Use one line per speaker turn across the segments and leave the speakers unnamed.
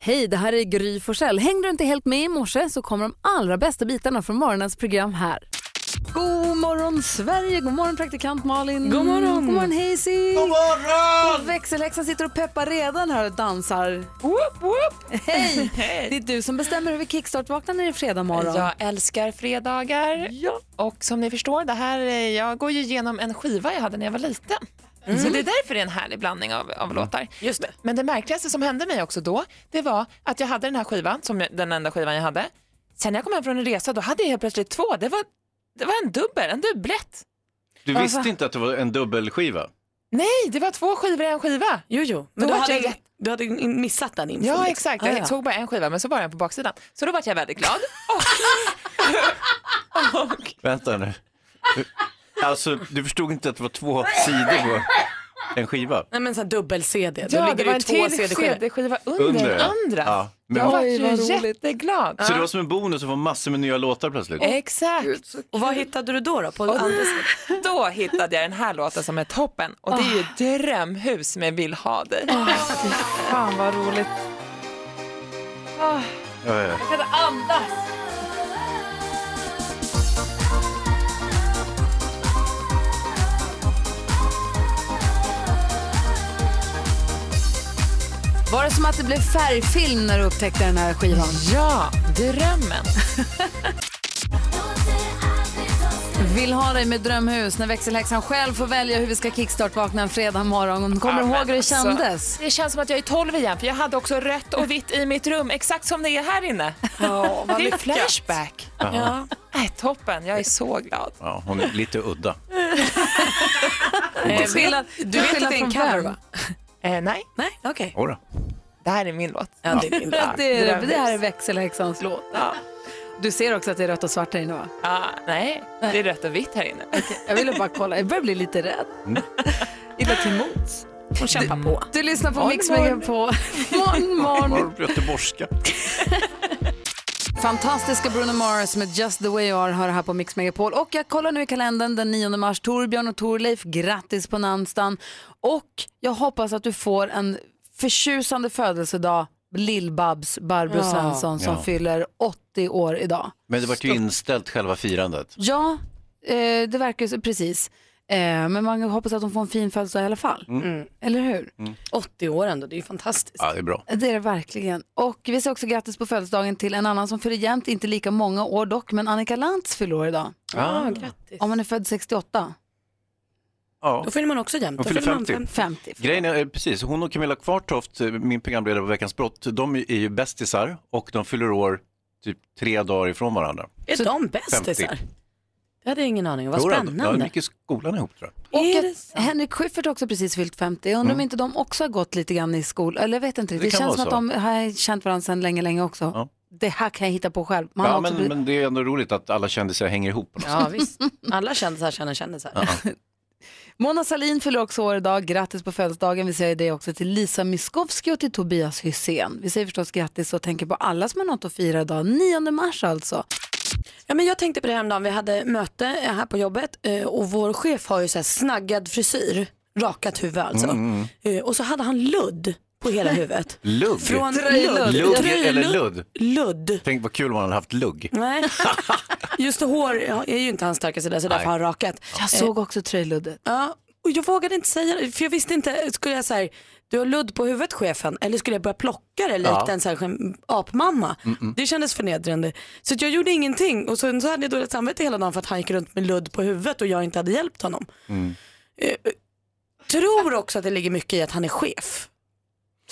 Hej, det här är Gry Forssell. Hängde du inte helt med i morse så kommer de allra bästa bitarna från morgonens program här. God morgon Sverige, god morgon praktikant Malin.
God morgon.
God morgon Hazy.
God morgon!
Och växelhäxan sitter och peppar redan här och dansar.
Whoop, whoop.
Hej! Det är du som bestämmer hur vi kickstart-vaknar när det är fredag morgon.
Jag älskar fredagar. Och som ni förstår, det här, eh, jag går ju igenom en skiva jag hade när jag var liten.
Mm.
Så det är därför det är en härlig blandning av, av låtar. Just det. Men det märkligaste som hände mig också då, det var att jag hade den här skivan, som jag, den enda skivan jag hade. Sen när jag kom hem från en resa, då hade jag helt plötsligt två. Det var, det var en dubbel, en dubblett.
Du visste inte att det var en dubbelskiva?
Nej, det var två skivor i en skiva.
Jo, jo. Men
Då
du
vart
hade,
jag jätte-
du hade in- missat den infon.
Ja,
liksom.
exakt.
Ah,
Jag
ja.
tog bara en skiva, men så var den på baksidan. Så då var jag väldigt glad. Och, och
Vänta nu. Alltså, du förstod inte att det var två sidor på en skiva?
Nej, men så här dubbel-CD. Då
Ja,
ligger
det var en
ju två
till
CD-skivor.
CD-skiva under,
Under,
den
ja.
andra.
Ja, men-
Jag var
Oj,
ju
vad roligt.
jätteglad.
Så det var som en bonus att få massor med nya låtar plötsligt?
Exakt.
Och vad hittade du då? då på andra sidan?
Då hittade jag den här låten som är toppen och det är ju Drömhus med Vill ha dig.
Fan vad roligt.
Ja, ja.
Var det som att det blev färgfilm när du upptäckte den här skivan?
Ja, drömmen.
Vill ha dig med drömhus när växelhäxan själv får välja hur vi ska kickstart-vakna en fredag morgon. Kommer du
Ja, men
ihåg hur det
alltså,
kändes?
Det känns som att jag är 12 igen för jag hade också rött och vitt i mitt rum, exakt som det är här inne.
Ja, vad
det är
lyckat.
flashback.
Ja.
Nej, toppen, jag är så glad.
Ja, hon är lite udda.
Eh,
skillnad-
du vet
skillnad
att det är en
från
cover,
vem?
va?
Eh, nej,
Nej, okej.
Jodå.
det här är min låt.
Ja, det är din låt.
Det, är,
Drömhus.
det här är växelhäxans låt. Du ser också att det är rött och svart här inne va?
Ah, nej, det är rött och vitt här inne.
Jag ville bara kolla, jag börjar bli lite rädd. Illa till mots.
Hon kämpar på.
Du lyssnar på
Morgon,
Mix
morgon.
på morgon, morgon.
Var göteborgska.
Fantastiska Bruno Mars med Just the way you are hör här på Mix Megapol. Och jag kollar nu i kalendern den 9 mars. Torbjörn och Torleif, grattis på namnsdagen. Och jag hoppas att du får en förtjusande födelsedag. Lill-Babs, Barbro Svensson som
Ja.
fyller 80 år idag.
Men det vart ju inställt själva firandet.
Ja, eh, det verkar ju så, precis. Eh, men man hoppas att de får en fin födelsedag i alla fall. Eller hur?
80 år ändå, det är ju fantastiskt.
Ja, det är bra.
Det är det verkligen. Och vi säger också grattis på födelsedagen till en annan som fyller jämnt, inte lika många år dock, men Annika Lantz fyller år idag.
Ja,
Ja,
grattis.
Om man är född 68,
ja.
Då fyller man också jämnt.
Hon
Då
fyller
fyller man
50.
50.
50.
Grejen är, eh, precis, hon och Camilla Kvartoft, eh, min programledare på Veckans brott, de är ju bästisar och de fyller år typ tre dagar ifrån varandra.
Är de bästisar?
50.
Det hade jag ingen aning om. Vad
Jodå, de- De
spännande.
gick i skolan ihop tror jag.
Och
Är det
att Henrik Schyffert har också precis fyllt 50. Jag undrar om inte de också har gått lite grann i skol. Eller jag vet inte. Det,
Mm. Det
det
kan
känns
vara
som att de har känt varandra sedan länge, länge också.
Ja.
Det här kan jag hitta på själv. Man har
Ja,
också
men,
blivit-
men det är ändå roligt att alla kändisar hänger ihop. på något
Ja, visst. Alla kändisar känner kändisar.
Mona Salin fyller också år idag. Grattis på födelsedagen. Vi säger det också till Lisa Miskovsky och till Tobias Hysén. Vi säger förstås grattis och tänker på alla som har något att fira idag. 9 mars alltså.
Ja, men jag tänkte på det häromdagen, vi hade möte här på jobbet eh, och vår chef har ju så här snaggad frisyr, rakat huvud alltså. Eh, Och så hade han ludd på hela huvudet.
Lugg?
Från
Tröjludd.
ludd.
Lugg
Tröjludd.
eller ludd?
Ludd.
Tänk vad kul om man hade haft lugg.
Nej. Just det, hår ja, är ju inte hans starka sida så därför har han rakat.
Jag såg också tröjluddet.
Ja, och jag vågade inte säga det, för jag visste inte, skulle jag säga du har ludd på huvudet chefen eller skulle jag börja plocka det likt
Ja.
en så här, skäm- apmamma? Det kändes förnedrande. Så att jag gjorde ingenting och sen så hade jag dåligt samvete hela dagen för att han gick runt med ludd på huvudet och jag inte hade hjälpt honom. Eh, eh, tror också att det ligger mycket i att han är chef.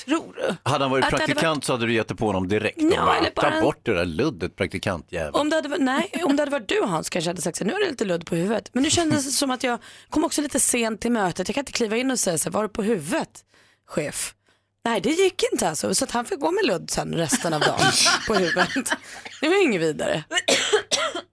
Tror du?
Hade han varit
Att det hade
praktikant så hade du gett det på honom direkt.
Ja,
Och bara,
eller bara
Ta
en-
bort det där luddet praktikantjävel.
Om det, hade, varit- nej, om det hade varit du Hans kanske jag hade sagt så här, nu är det lite ludd på huvudet. Men nu kändes det som att jag kom också lite sent till mötet. Jag kan inte kliva in och säga så här, var du på huvudet chef? Nej det gick inte alltså. Så att han fick gå med ludd sen resten av dagen på huvudet. Det var inget vidare.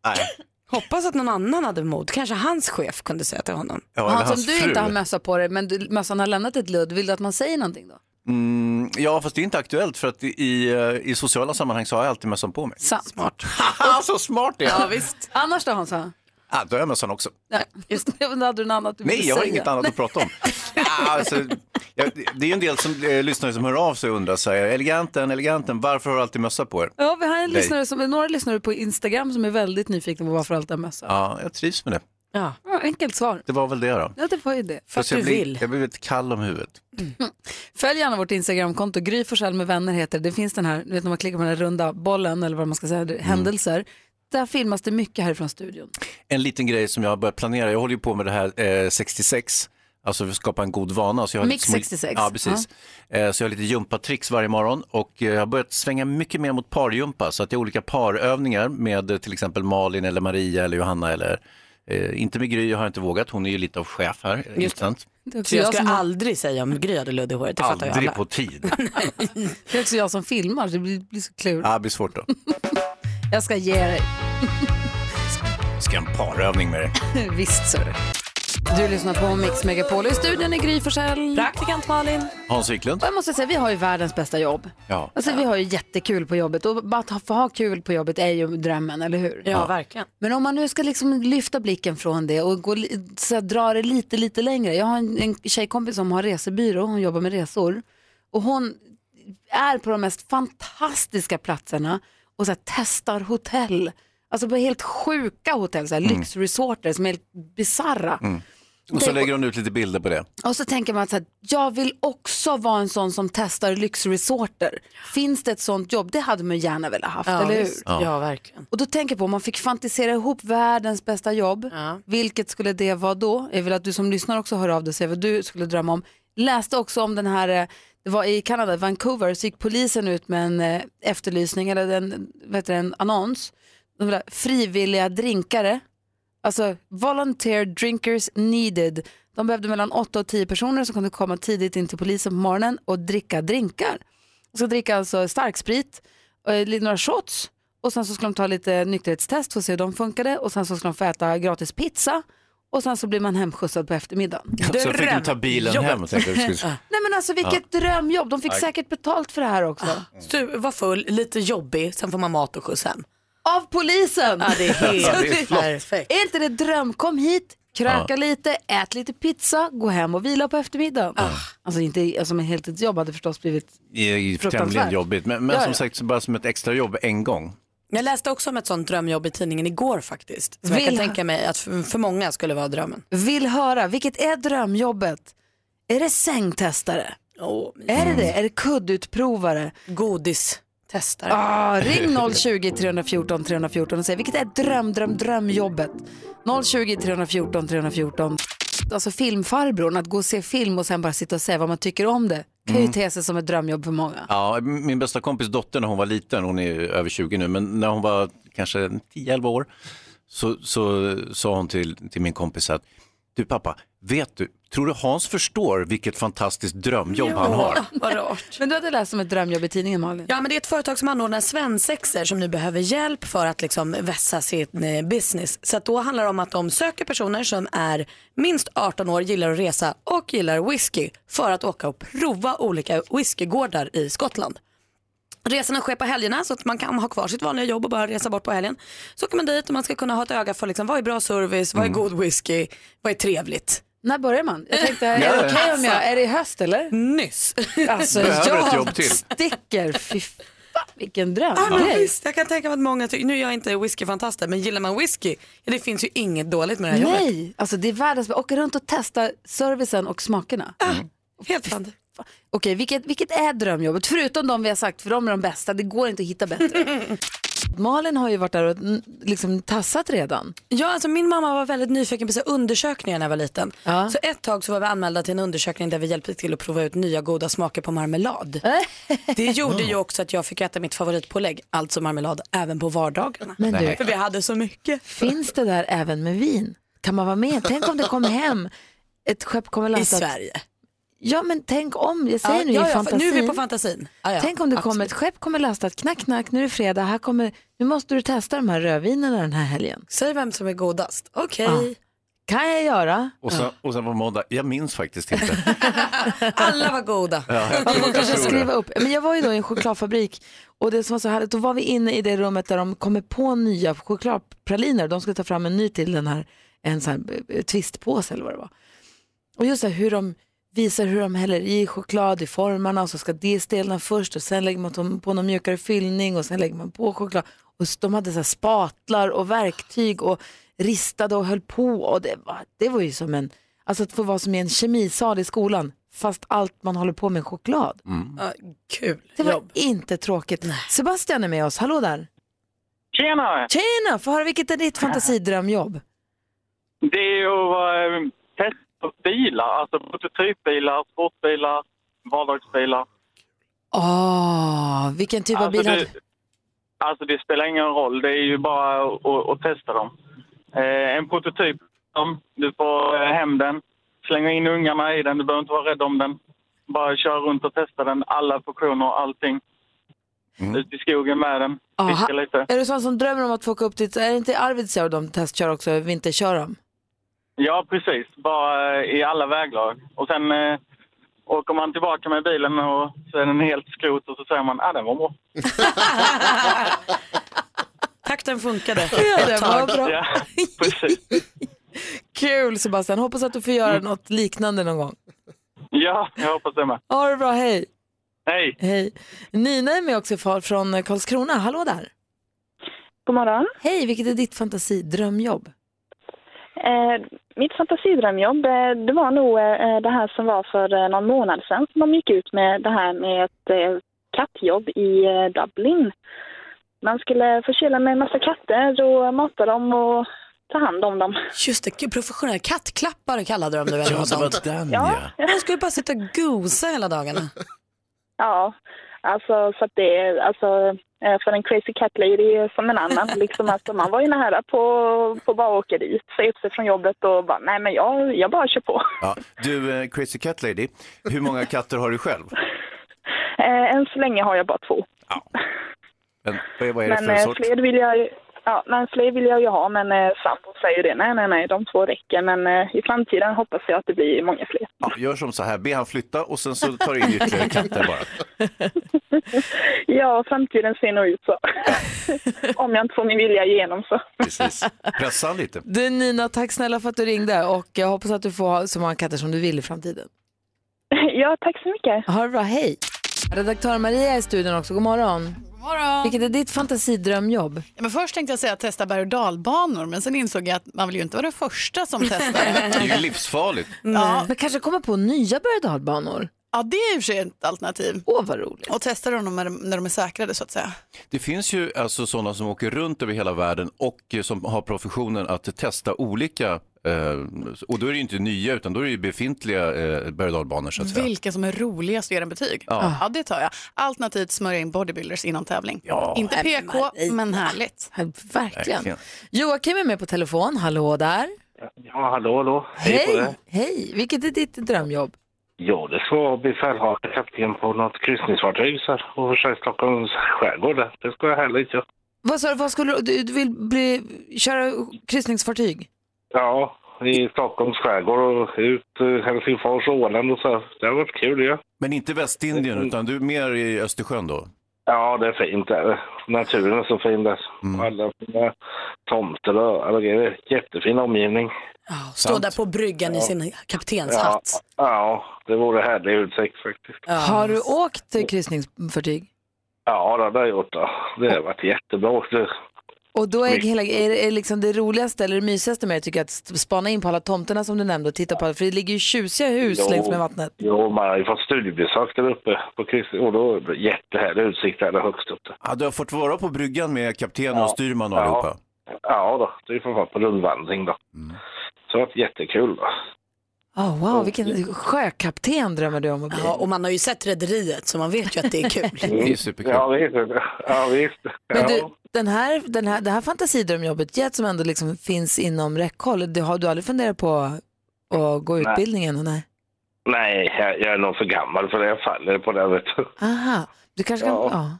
Nej.
Hoppas att någon annan hade mod. Kanske hans chef kunde säga till honom.
Ja, eller
Hans,
hans
om du
fru.
inte har mössa på dig, men du, mössan har lämnat ett ludd, vill du att man säger någonting då?
Mm, ja, fast det är inte aktuellt för att i, eh, i sociala sammanhang så har jag alltid mössan på mig.
Sant.
Smart. så smart det är.
visst.
Annars då Hansa?
Ah, då är jag mössan också.
Nej, just det. Då hade du något annat du
Nej,
ville
jag har
säga.
inget annat att prata om. Ah, alltså, jag, det är ju en del som, eh, lyssnare som hör av sig och undrar så här, eleganten, eleganten, varför har du alltid mössa på er?
Ja, vi har en
Nej.
lyssnare som, några lyssnare på Instagram som är väldigt nyfikna på varför allt är mössa.
Ja, jag trivs med det.
Ja.
enkelt svar.
Det var väl det då.
Ja, det var ju det.
Fast jag blir, Jag blir lite kall om huvudet.
Följ gärna vårt Instagramkonto, Gry Forssell med vänner heter det. Det finns den här, du vet när man klickar på den här runda bollen eller vad man ska säga,
Mm.
händelser. Där filmas det mycket härifrån studion.
En liten grej som jag har börjat planera, jag håller ju på med det här eh, 66, alltså för att skapa en god vana. Så jag har
Mix
lite små-
66.
Ja, precis. Eh, så jag har lite gympatricks varje morgon och eh, jag har börjat svänga mycket mer mot pargympa. Så att det är olika parövningar med eh, till exempel Malin eller Maria eller Johanna eller eh, inte med Gry har jag inte vågat, hon är ju lite av chef här. eh, Just sant?
Det är också
Så jag
jag,
skulle
som,
aldrig säga om Gry hade ludd i håret, det fattar ju
Aldrig
alla.
på tid.
det är också jag som filmar, så det blir, blir så klurigt.
Ja, det blir svårt då.
Jag ska ge dig.
Ska jag ha en parövning med dig.
Visst, så är det. Du lyssnar på Mix Megapol. I studion är Gry Forssell.
Praktikant Malin.
Hans Wiklund?
Och jag måste säga, vi har ju världens bästa jobb.
Ja.
Alltså, Vi har ju jättekul på jobbet och bara att ha- få ha kul på jobbet är ju drömmen, eller hur?
Ja, verkligen.
Men om man nu ska liksom lyfta blicken från det och gå, li- så här, dra det lite, lite längre. Jag har en, en tjejkompis som har resebyrå, hon jobbar med resor. Och hon är på de mest fantastiska platserna och så här, testar hotell. Alltså på helt sjuka hotell, så här, lyxresorter som är helt bisarra.
Och så lägger hon ut lite bilder på det.
Och så tänker man att så här, jag vill också vara en sån som testar lyxresorter. Finns det ett sånt jobb? Det hade man gärna velat haft,
Ja,
eller hur?
visst. ja, verkligen.
Och då tänker jag på om man fick fantisera ihop världens bästa jobb,
Ja.
vilket skulle det vara då? Jag vill att du som lyssnar också hör av dig och säger vad du skulle drömma om. Läste också om den här, eh, det var i Kanada, Vancouver, så gick polisen ut med en eh, efterlysning eller en, vad heter det, en annons. De ville ha frivilliga drinkare, alltså volunteer drinkers needed. De behövde mellan 8 och 10 personer som kunde komma tidigt in till polisen på morgonen och dricka drinkar. De ska dricka alltså starksprit, eh, lite- några shots och sen så skulle de ta lite nykterhetstest för att se hur de funkade och sen så skulle de få äta gratis pizza och sen så blir man hemskjutsad på eftermiddagen.
Så fick du ta bilen hem. Tänkte jag du skulle...
Nej men alltså vilket drömjobb, de fick säkert betalt för det här också.
Du var full, lite jobbig, sen får man mat och skjuts hem.
Av polisen!
Ja, det är helt
Ja, det är flott.
perfekt.
Är inte det dröm? Kom hit, kröka lite, ät lite pizza, gå hem och vila på eftermiddagen. Alltså inte, alltså men heltidsjobb hade förstås blivit,
är ju
Fruktansvärt.
tämligen jobbigt. Men, men
Ja,
som
ja.
sagt, så bara som ett extrajobb en gång.
Jag läste också om ett sånt drömjobb i tidningen igår faktiskt. Som
Vill
jag kan
ha-
tänka mig att för, för många skulle vara drömmen.
vill höra, vilket är drömjobbet? Är det sängtestare?
Oh,
Är det det? Är det kuddutprovare?
Godistestare.
Ah, ring 020 314 314 och säg vilket är dröm, dröm, drömjobbet? 020 314 314. Alltså filmfarbrorn, att gå och se film och sen bara sitta och säga vad man tycker om det kan ju te sig som ett drömjobb för många.
Ja, m- Eh, min bästa kompis dotter när hon var liten, hon är ju över 20 nu, men när hon var kanske 10-11 år så, så sa hon till, till min kompis att du pappa, vet du, tror du Hans förstår vilket fantastiskt drömjobb han har?
Vad rart.
Men du hade läst om ett drömjobb i tidningen Malin?
Ja, men det är ett företag som anordnar svensexer som nu behöver hjälp för att liksom vässa sin eh, business. Så att då handlar det om att de söker personer som är minst 18 år, gillar att resa och gillar whisky för att åka och prova olika whiskygårdar i Skottland. Resorna sker på helgerna så att man kan ha kvar sitt vanliga jobb och bara resa bort på helgen. Så åker man dit och man ska kunna ha ett öga för liksom, vad är bra service, vad är god whisky, vad är trevligt.
När börjar man? Jag tänkte, är det okej om jag, är det i höst eller?
Nyss.
Alltså
Behöver
jag
ett jobb till.
sticker, fy fan vilken dröm.
Ja, Ah, men visst, jag kan tänka mig att många tycker, nu är jag inte whiskyfantast men gillar man whisky, ja, det finns ju inget dåligt med det här jobbet.
Nej, alltså det är världens, åka runt och testa servicen och smakerna.
Helt sant.
Fan. Okej, vilket, vilket är drömjobbet? Förutom de vi har sagt, för de är de bästa. Det går inte att hitta bättre. Malin har ju varit där och mm, liksom tassat redan.
Ja, alltså min mamma var väldigt nyfiken på så här undersökningar när jag var liten. Så ett tag så var vi anmälda till en undersökning där vi hjälpte till att prova ut nya goda smaker på marmelad. Det gjorde ju också att jag fick äta mitt favoritpålägg, alltså marmelad, även på vardagarna.
Men du,
För vi hade så mycket.
finns det där även med vin? Kan man vara med? Tänk om det kommer hem, ett skepp kommer
I
lastat.
Sverige.
Ja, men tänk om, jag säger
Ja,
nu
ja,
i
ja,
fantasin.
nu är vi på fantasin. Ja, ja,
Tänk om det kommer,
absolut.
ett skepp kommer lastat, knack, knack, nu är det fredag, här kommer, nu måste du testa de här rödvinerna den här helgen.
Säg vem som är godast. Okej.
kan jag göra?
Och sen, och sen på måndag, jag minns faktiskt inte.
Alla var goda.
Ja, jag
Man får
tror, jag
kanske
tror
skriva
det.
upp. Men jag var ju då i en chokladfabrik och det som var så härligt, då var vi inne i det rummet där de kommer på nya chokladpraliner. De skulle ta fram en ny till den här, en sån här eh, twistpåse eller vad det var. Och just så här, hur de visar hur de häller i choklad i formarna och så ska det stelna först och sen lägger man tom- på någon mjukare fyllning och sen lägger man på choklad. Och s- de hade så här spatlar och verktyg och ristade och höll på och det var, det var ju som en, alltså att få vara som i en kemisal i skolan fast allt man håller på med är choklad.
Ja, kul
Det var
jobb.
inte tråkigt. Sebastian är med oss, hallå där.
Tjena!
Tjena, få höra vilket är ditt fantasidrömjobb?
Det är ju eh, testa bilar, alltså prototypbilar, sportbilar, vardagsbilar.
Åh, vilken typ av
Alltså
bil hade
det, alltså det spelar ingen roll, det är ju bara att- att, att testa dem. Eh, en prototyp, om du får eh, hem den, slänger in ungarna i den, du behöver inte vara rädd om den. Bara kör runt och testa den, alla funktioner och allting. Ut i skogen med den,
Aha.
fiska lite.
Är du sån som drömmer om att få åka upp dit? Är det inte i Arvidsjaur de testkör också, vinterkör de?
Ja, precis. Bara eh, i alla väglag. Och sen eh, åker man tillbaka med bilen och så är den helt skrot och så säger man att ah, den var bra.
Takten funkade.
Ja, det var bra.
Ja, precis.
Kul Sebastian, hoppas att du får göra något liknande någon gång.
Ja, jag hoppas det med.
Ha det bra, hej.
Hej!
hej. Nina är med också far- från Karlskrona, hallå där.
God morgon.
Hej, vilket är ditt fantasidrömjobb?
Eh, mitt fantasidrömjobb, eh, det var nog eh, det här som var för eh, någon månad sedan som de gick ut med det här med ett eh, kattjobb i eh, Dublin. Man skulle förkyla med en massa katter och mata dem och ta hand om dem.
Just det, gud, professionell kattklappare kallade de det väl?
Ja,
något
det
sånt.
var den ja.
Ja.
Man skulle bara sitta och gosa hela dagarna.
Ja, alltså så att det är alltså eh, för en crazy cat lady är som en annan. Liksom, alltså, man var ju nära på, på bara åka dit, säga upp sig från jobbet och bara nej men jag, jag bara kör på.
ja. Du, eh, Crazy Cat Lady, hur många katter har du själv?
Eh, än så länge har jag bara två.
Men, vad är- vad är det
Men
för
eh,
sort?
fler vill jag ju- Ja, men fler vill jag ju ha, men eh, sambo säger det. Nej, nej, nej, de två räcker. Men eh, i framtiden hoppas jag att det blir många fler.
Ja, Gör som så här, be han flytta och sen så tar du in ytterligare katter bara.
Ja, framtiden ser nog ut så. Om jag inte får min vilja igenom så.
Precis. Pressa han lite.
Du Nina, tack snälla för att du ringde och jag hoppas att du får ha så många katter som du vill i framtiden.
Ja, tack så mycket.
Ha det bra, hej. Redaktör Maria är i studion också, god morgon.
morgon.
Vilket är ditt fantasidrömjobb?
Ja, men först tänkte jag säga att testa berg och dalbanor, men sen insåg jag att man vill ju inte vara den första som testar.
Det är ju livsfarligt.
ja,
Men Eh, kanske komma på nya berg och dalbanor?
ja, det är i och för sig ett alternativ.
Åh, vad roligt.
Och testa dem när de- när de är säkrade så att säga.
Det finns ju alltså sådana som åker runt över hela världen och eh, som har professionen att testa olika, eh, och då är det ju inte nya utan då är det ju befintliga eh, berg och dalbanor så att säga.
Vilken som är roligast att ge en betyg?
Ja.
det tar jag. Alternativt smörja in bodybuilders innan tävling.
Ja.
Inte PK, men härligt.
Ja, Verkligen.
Verkligen.
Joakim är med på telefon, hallå där.
Ja, hallå, hallå.
Hej, hej. Vilket är ditt drömjobb?
Ja, det ska vara befälhavare, kapten på något kryssningsfartyg så här, och försöka Stockholms skärgård. där. Det ska jag heller inte göra.
Vad sa du, vad skulle du, du, du vill bli, köra kryssningsfartyg?
Ja, i Stockholms skärgård och ut eh, Helsingfors och Åland och så. här. Det har varit kul ju. Ja.
Men inte Västindien utan du är mer i Östersjön då?
ja, det är fint där. Naturen är så fin där.
Mm.
Alla fina tomter och alla grejer. Jättefin omgivning.
Ja, stå
Sant.
där på bryggan i sin
Ja,
kaptenshatt.
ja, det vore härlig utsikt faktiskt.
Ja.
Har du åkt eh, kryssningsfartyg?
Ja, det har jag gjort. ja. Det har varit jättebra. Det-
Och då är, hela, är, är liksom det roligaste eller det mysigaste med det tycker jag att spana in på alla tomterna som du nämnde och titta på, för det ligger ju tjusiga hus
Jo.
längs med vattnet.
Jo, man har ju fått studiebesök där uppe på Kristi och då är det jättehärlig utsikt där högst upp. Där.
Ja, du har fått vara på bryggan med kapten och styrman och
Ja.
allihopa?
Ja då, det är för fan på rundvandring då.
Mm.
Så det har varit jättekul då.
Oh, wow, vilken sjökapten drömmer du om att bli?
Ja, och man har ju sett Rederiet så man vet ju att det är kul.
Det är superkul.
Mm. Ja visst, ja visst.
Men
ja.
du, den här, den här, det här fantasidrömjobbet, jet som ändå liksom finns inom räckhåll, det har du aldrig funderat på att gå utbildningen? Nej.
Nej, jag, jag är nog för gammal för det. Jag faller på det vet du.
Aha, du kanske kan...
Ja.
Ja.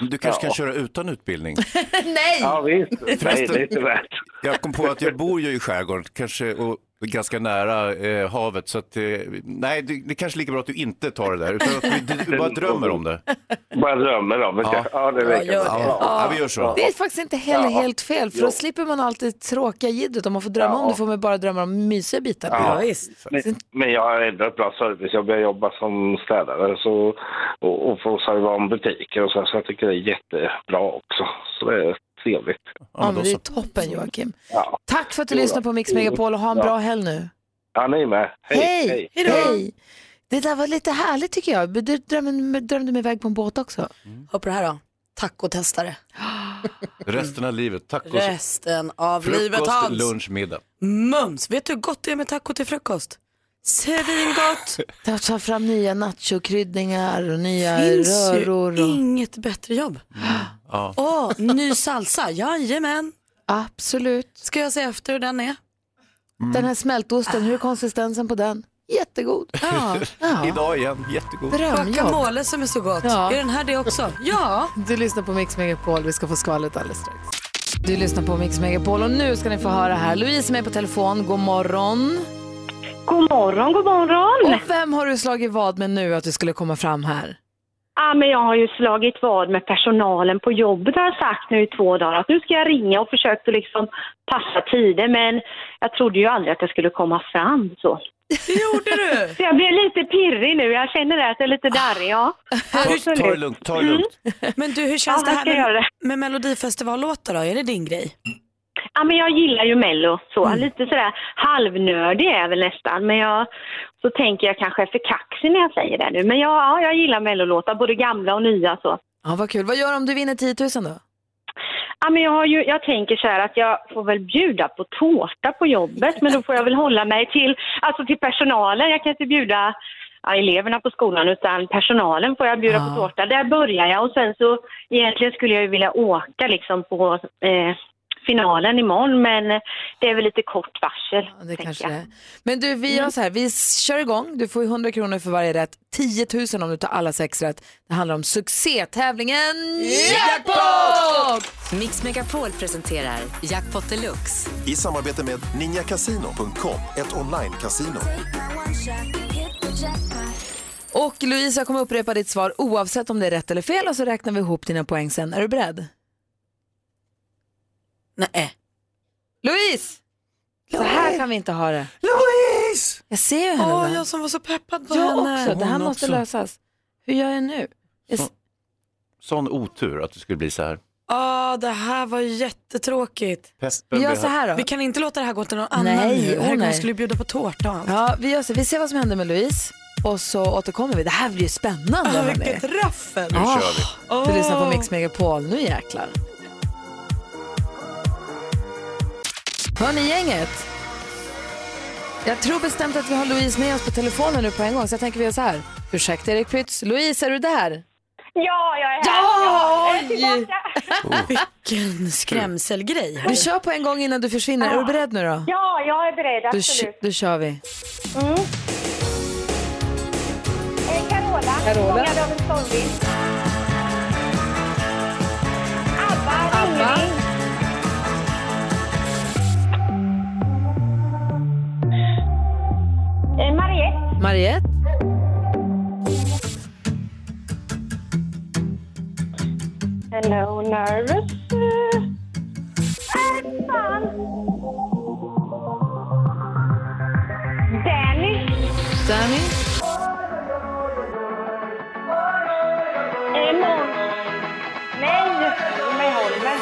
Du kanske
Ja.
kan köra utan utbildning?
Nej!
Ja, visst. Nej, det är inte värt.
Jag kom på att jag bor ju i skärgården, kanske och ganska nära eh, havet, så att, eh, nej, det, det kanske är lika bra att du inte tar det där, utan att vi, du, du bara drömmer om det.
Bara drömmer om det.
Ja.
Ja, det är lika
Ja,
bra.
ja, vi gör så.
Det är faktiskt inte heller helt fel för då
Jo.
slipper man alltid tråkiga jiddot om man får drömma om det får man bara drömma om mysiga bitar.
Ja,
visst.
Men, men jag har ändå ett bra servicejobb. Jag jobbar som städare så, och, och får serva om butiker och så, så jag tycker det är jättebra också. Så det är trevligt.
Ja, men det är toppen Joakim.
Ja,
Tack för att du
Jo då.
lyssnar på Mix Megapol och ha en
Ja.
bra helg nu.
ja ni med.
Hej! Hej! Det där var lite härligt tycker jag. Du drömde, drömde mig iväg på en båt också.
Hör på det här då. Tacotestare.
Resten av livet, tacos,
Resten av livet
frukost,
hans.
lunch, middag.
Mums. Vet du hur gott det är med taco till frukost? Svingott.
Jag tar fram nya nachokryddningar och nya
Finns
röror.
ju
Och...
inget bättre jobb.
Mm. Ja.
Åh, ny salsa. Jajamän.
Absolut.
Ska jag se efter hur den är?
Den här smältosten, hur är konsistensen på den? Jättegod.
Ja.
Idag igen, jättegod.
Drömjobb.
Guacamole som är så gott.
Ja.
Är den här det också? Ja.
Du lyssnar på Mix Megapol, vi ska få skvallret alldeles strax. Du lyssnar på Mix Megapol och nu ska ni få höra här Louise som är på telefon, god morgon.
God morgon, god morgon!
Och vem har du slagit vad med nu att du skulle komma fram här?
Ja, men jag har ju slagit vad med personalen på jobbet har jag sagt nu i två dagar att nu ska jag ringa och försökt att liksom passa tider men jag trodde ju aldrig att jag skulle komma fram så. Det gjorde du! Så jag blev lite pirrig nu, jag känner det att jag är lite darrig, ja.
Ta, ta det lugnt, ta det lugnt.
Men du, hur
Ja,
känns Ah, det
jag
här
ska göra
med,
det.
med Melodifestivallåtar då? Är det din grej?
Ja, men jag gillar ju Mello så, lite sådär halvnördig är jag väl nästan men jag, så tänker jag kanske är för kaxig när jag säger det nu men jag, ja, jag gillar Mellolåtar, både gamla och nya så.
Ja, vad kul. Vad gör du om du vinner 10 000 då?
Ja, men jag, har ju, jag tänker så här att jag får väl bjuda på tårta på jobbet, men då får jag väl hålla mig till, alltså till personalen. Jag kan inte bjuda ja, eleverna på skolan, utan personalen får jag bjuda
Ja.
på tårta. Där börjar jag och sen så egentligen skulle jag ju vilja åka liksom på eh, finalen imorgon, men eh, det är väl lite kort varsel.
Ja, det
tänker
kanske
jag.
det är. Men du, vi gör så här, vi kör igång. Du får ju 100 kronor för varje rätt. 10 000 om du tar alla sex rätt. Det handlar om succétävlingen Jackpot!
Mix Megapol presenterar Jackpot Deluxe.
I samarbete
Mm.
med ninjakasino.com, ett online-casino.
Och Louise, jag kommer upprepa ditt svar oavsett om det är rätt eller fel och så räknar vi ihop dina poäng sen. Är du beredd?
Nej.
Louise! Så här kan vi inte ha det.
Louise!
Jag ser ju henne.
Åh,
va?
jag som var så peppad på
jag
henne.
också. Det här
Hon
måste
också.
lösas. Hur gör jag nu? Jag s-
Sån otur att det skulle bli så här.
Ja, Ah, det här var jättetråkigt.
Vi
Peppen
gör
blir-
så här
Vi
då.
kan inte låta det här gå till någon annan
Nej,
nu.
åh
Herregud,
nej.
hon skulle bjuda på tårta och allt.
Ja, vi, gör så. vi ser vad som händer med Louise och så återkommer vi. Det här blir ju spännande.
Ah,
hörni.
vilket raffel.
Nu
Ah.
kör vi.
Du lyssnar på Mix Megapol, nu jäklar. Hör ni gänget? Jag tror bestämt att vi har Louise med oss på telefonen nu på en gång, så jag tänker vi gör så här. Ursäkta Erik Prytz, Louise är du där?
Ja, jag är här!
Ja,
jag är tillbaka!
Vilken skrämselgrej.
Vi
hörni.
kör på en gång innan du försvinner, är du beredd nu då?
Ja, jag är beredd,
Då, kö-
absolut.
då kör vi.
Eh, Carola,
Carola.
Fångad av en stormvind. Abba,
Abba.
Ringling. Eh, Mariette,
Mariette,
Hello Nervous. Eh, Äh, fan. Danny.
Danny,
Eh, Måns. Nej, med Holmen.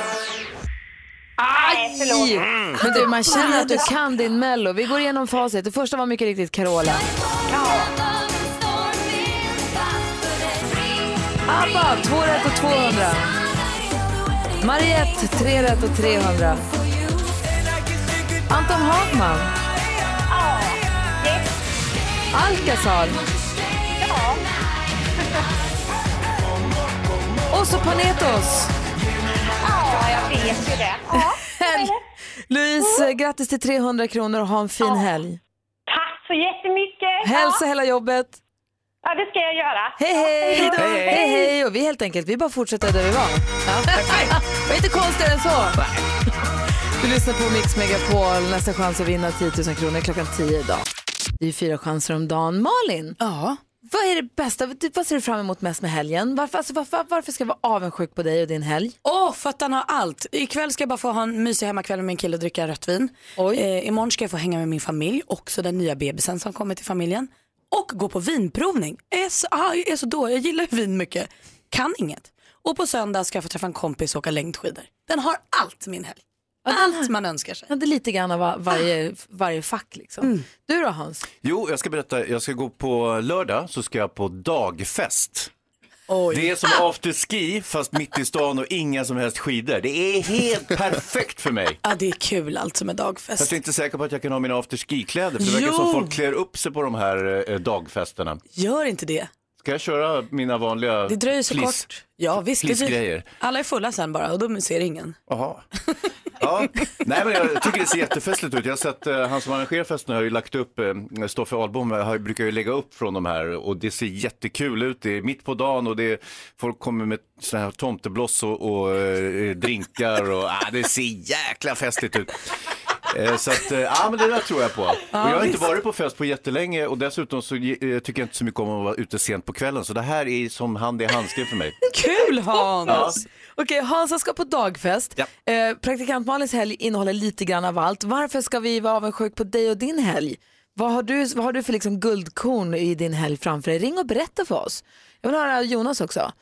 Nej, förlåt. Mm.
J. Mm. Men du, man känner att du kan din mello. Vi går igenom facit. Det första var mycket riktigt Carola. Abba, två rätt och 200. Mariette, tre rätt och 300. Anton Hagman. Alcazar. Och så Panetos.
Ja, jag vet ju det. Ja. Mm.
Louise, grattis till 300 kronor och ha en fin helg.
Tack så jättemycket.
Hälsa hela jobbet.
Ja, det ska jag göra.
Hej hej!
då.
Hej hej! Och vi helt enkelt, vi bara fortsätter där vi var. Och inte konstigare än så. Du lyssnar på Mix Megapol, nästa chans att vinna 10 000 kronor är klockan 10 idag. Det är ju fyra chanser om dagen. Malin,
ja.
vad är det bästa, vad ser du fram emot mest med helgen? Varför, alltså, varför, varför ska jag vara avundsjuk på dig och din helg?
Åh, för att han har allt. Ikväll ska jag bara få ha en mysig hemmakväll med min kille och dricka rött vin. Eh, imorgon ska jag få hänga med min familj, också den nya bebisen som kommer till familjen. Och gå på vinprovning. Jag är så, ah, jag är så då, jag gillar ju vin mycket. Kan inget. Och på söndag ska jag få träffa en kompis och åka längdskidor. Den har allt min helg. Allt man önskar sig.
Ja, det är lite grann av va- varje, varje fack liksom. Du då Hans?
Jo, jag ska berätta. Jag ska gå på lördag så ska jag på dagfest. Det är som
Ah!
afterski fast mitt i stan och inga som helst skidor. Det är helt perfekt för mig.
Ja, det är kul alltså med dagfest.
Fast jag är inte säker på att jag kan ha mina afterski-kläder för det verkar
Jo.
som folk klär upp sig på de här eh, dagfesterna.
Gör inte det.
Ska jag köra mina vanliga
Det dröjer så
flis-
kort. Ja, visst. Det
flisgrejer?
blir... Alla är fulla sen bara och då ser ingen.
Jaha. Ja, nej men jag tycker det ser jättefestligt ut. Jag har sett, eh, han som arrangerar festen har ju lagt upp, eh, Stoffe Ahlbom har, brukar ju lägga upp från de här och det ser jättekul ut. Det är mitt på dagen och det är, folk kommer med såna här tomtebloss och, och eh, drinkar och ah, det ser jäkla festligt ut. Eh, Så att, eh, ja men det där tror jag på. Och jag
Ja,
har inte
visst.
varit på fest på jättelänge och dessutom så eh, tycker jag inte så mycket om att vara ute sent på kvällen så det här är som hand i handske för mig.
Kul
Hans!
Okej, Hansa ska på dagfest. Eh, praktikant Malins helg innehåller lite grann av allt. Varför ska vi vara avundsjuk på dig och din helg? Vad har du, vad har du för liksom guldkorn i din helg framför dig? Ring och berätta för oss. Jag vill höra Jonas också.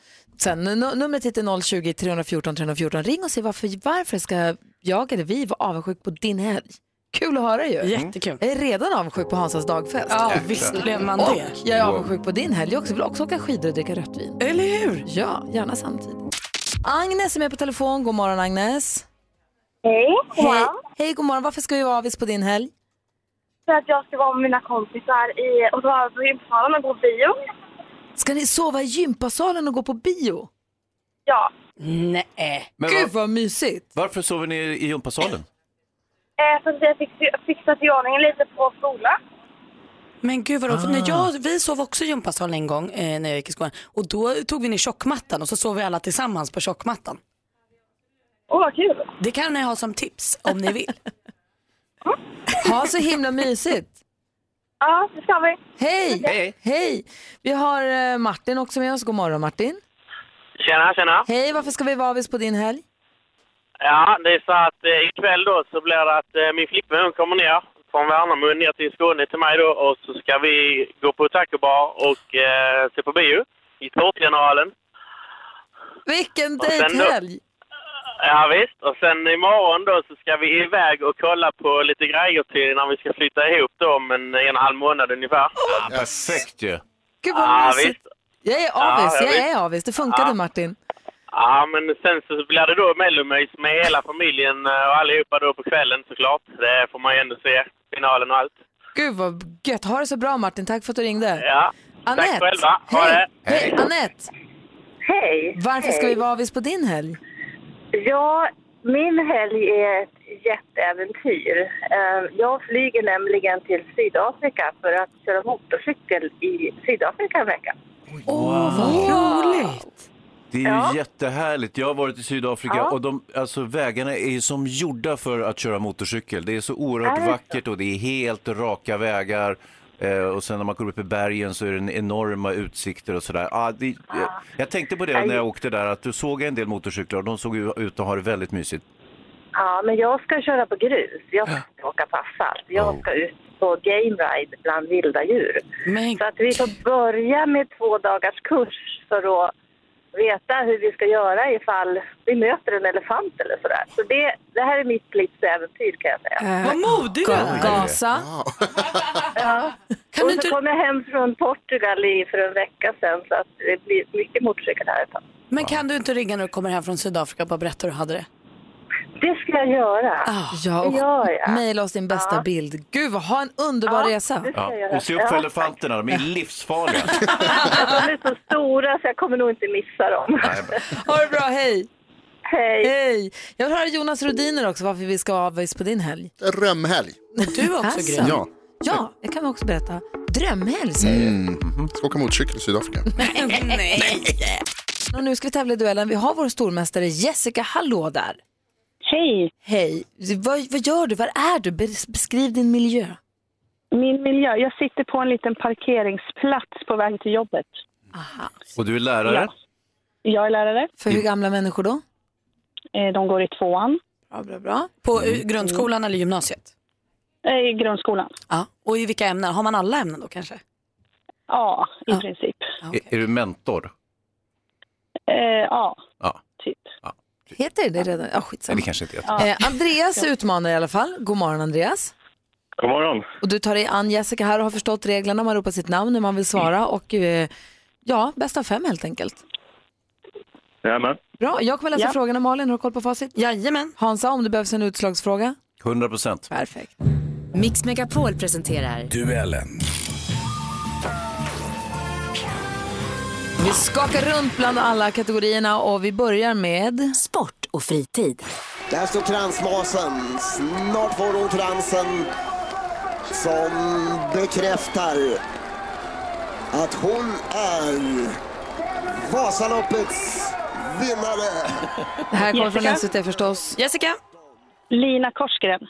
Sen, nu- numret hit är 020-314 314. Ring och se varför, varför ska jag eller vi vara avundsjuk på din helg? Kul att höra ju.
Jättekul.
Jag är redan avundsjuk på Hansas dagfest.
Ja, visst blev man
och
det.
jag är
Wow.
avundsjuk på din helg också. Jag vill också åka skidor och dricka rött vin.
Eller hur?
Ja, gärna samtidigt. Agnes är med på telefon. God morgon Agnes.
Hej, god
Hej,
morgon.
Hej god morgon. Varför ska vi vara avis på din helg?
För att jag ska vara med mina kompisar i, och dra på gymsalen och gå på bio.
Ska ni sova i gympasalen och gå på bio?
Ja.
Nej.
Men
Gud
vad-
vad mysigt.
Varför sover ni i gympasalen?
Eh, för att jag fick fixat i ordningen lite på skolan.
Men gud vad roligt, för
Ah.
när jag, vi sov också i gympasalen en gång eh, när jag gick i skolan och då tog vi ner tjockmattan och så sov vi alla tillsammans på tjockmattan.
Åh vad kul!
Det kan ni ha som tips om ni vill.
Ha så himla mysigt.
Ja, det ska vi.
Hej! Hej! Vi har eh, Martin också med oss. God morgon Martin.
Tjena, tjena.
Hej, varför ska vi vara avis på din helg?
Ja, det är så att eh, ikväll då så blir det att eh, min flickvän hon kommer ner från Värnamo ner till Skåne till mig då och så ska vi gå på tacobar och eh, se på bio i Tårtgeneralen.
Vilken
Och sen då-
dejthelg!
Ja, visst. Och sen imorgon då så ska vi iväg och kolla på lite grejer till när vi ska flytta ihop då om en, en och en halv månad ungefär.
Ja, perfekt ju!
Gud vad
Ja,
mysigt.
visst.
Jag är
Ja,
avis,
jag
jag
vet.
är avis. Det funkade
Ja.
Martin.
Ja, men sen så blir det då mellomys med hela familjen eh, och allihopa då på kvällen såklart. Det får man ju ändå se, finalen och allt.
Gud vad gött. Ha det så bra Martin. Tack för att du ringde.
Ja.
Anette.
Tack själva. Ha
Hej.
det.
Hej, Anette.
Hej.
Varför ska
Hej.
vi vara avis på din helg?
Ja, min helg är ett jätteäventyr. Eh, Jag flyger nämligen till Sydafrika för att köra motorcykel i Sydafrika en vecka.
Wow.
roligt!
Det är ju jättehärligt. Jag har varit i Sydafrika
Ja.
och de, alltså, vägarna är ju som gjorda för att köra motorcykel. Det är så oerhört
Är det så?
vackert och det är helt raka vägar. Eh, och sen när man kommer upp i bergen så är det en enorma utsikter och sådär. Ah, det, jag, jag tänkte på det när jag åkte där att du såg jag en del motorcyklar och de såg ju ut att ha det väldigt mysigt.
Ja, men jag ska köra på grus. Jag ska inte åka på asfalt. Jag ska ut på game ride bland vilda djur. Så att vi får börja med två dagars kurs för att veta hur vi ska göra ifall vi möter en elefant eller sådär. Så det, det här är mitt livs äventyr kan jag säga.
Vad modig du är.
Gasa.
Ja. och så kom jag hem från Portugal i, för en vecka sedan så att det blir mycket motorcykel här ett tag.
Men kan du inte ringa när du kommer hem från Sydafrika och bara berätta hur du hade det?
Det ska jag göra.
Ah. Ja, och
det gör jag.
mejla oss din bästa bild. Gud, vad, ha en underbar resa.
Ja. Och se upp för elefanterna, de är livsfarliga.
De är så stora så jag kommer nog inte missa dem.
Ha det bra, hej!
Hej!
Hej! Jag vill höra Jonas Rhodiner också, varför vi ska vara avis på din helg.
Römhelg.
Alltså.
Du också, Gry.
Ja,
Ja, det kan vi också berätta. Drömhäll säger du.
Mm. mhm. Ska åka motorcykel i Sydafrika.
Nej. Och nu ska vi tävla i duellen. Vi har vår stormästare Jessica, hallå där.
Hej.
Hej. Vad, vad gör du? Var är du? Bes- Beskriv din miljö.
Min miljö, jag sitter på en liten parkeringsplats på väg till jobbet.
Och du är lärare?
Ja. Jag är lärare. Eh,
För hur gamla människor då?
De går i tvåan.
Bra, bra, bra.
På eh, grundskolan eller gymnasiet?
Eh, I grundskolan.
Ja. Och i vilka ämnen? Har man alla ämnen då kanske?
Ja, i princip.
Är, är du mentor?
Eh, ja,
Ja.
typ.
Heter det redan? Ja, skitsamma.
Nej, det kanske inte heter.
Eh, Andreas utmanar i alla fall. God morgon Andreas.
God morgon.
Och du tar dig an Jessica här och har förstått reglerna. Man ropar sitt namn när man vill svara och eh, ja, bästa av fem helt enkelt.
Jajamän.
Bra, jag kommer läsa
Ja.
frågorna Malin. Har du koll på facit?
Jajamän.
Hansa, om det behövs en utslagsfråga?
100 procent.
Perfekt.
Mix Megapol presenterar
Duellen.
Vi skakar runt bland alla kategorierna och vi börjar med sport och fritid.
Där står kransmasen. Snart får hon kransen som bekräftar att hon är Vasaloppets vinnare.
Det här kommer från
Jessica?
SVT förstås.
Jessica?
Lina Korsgren.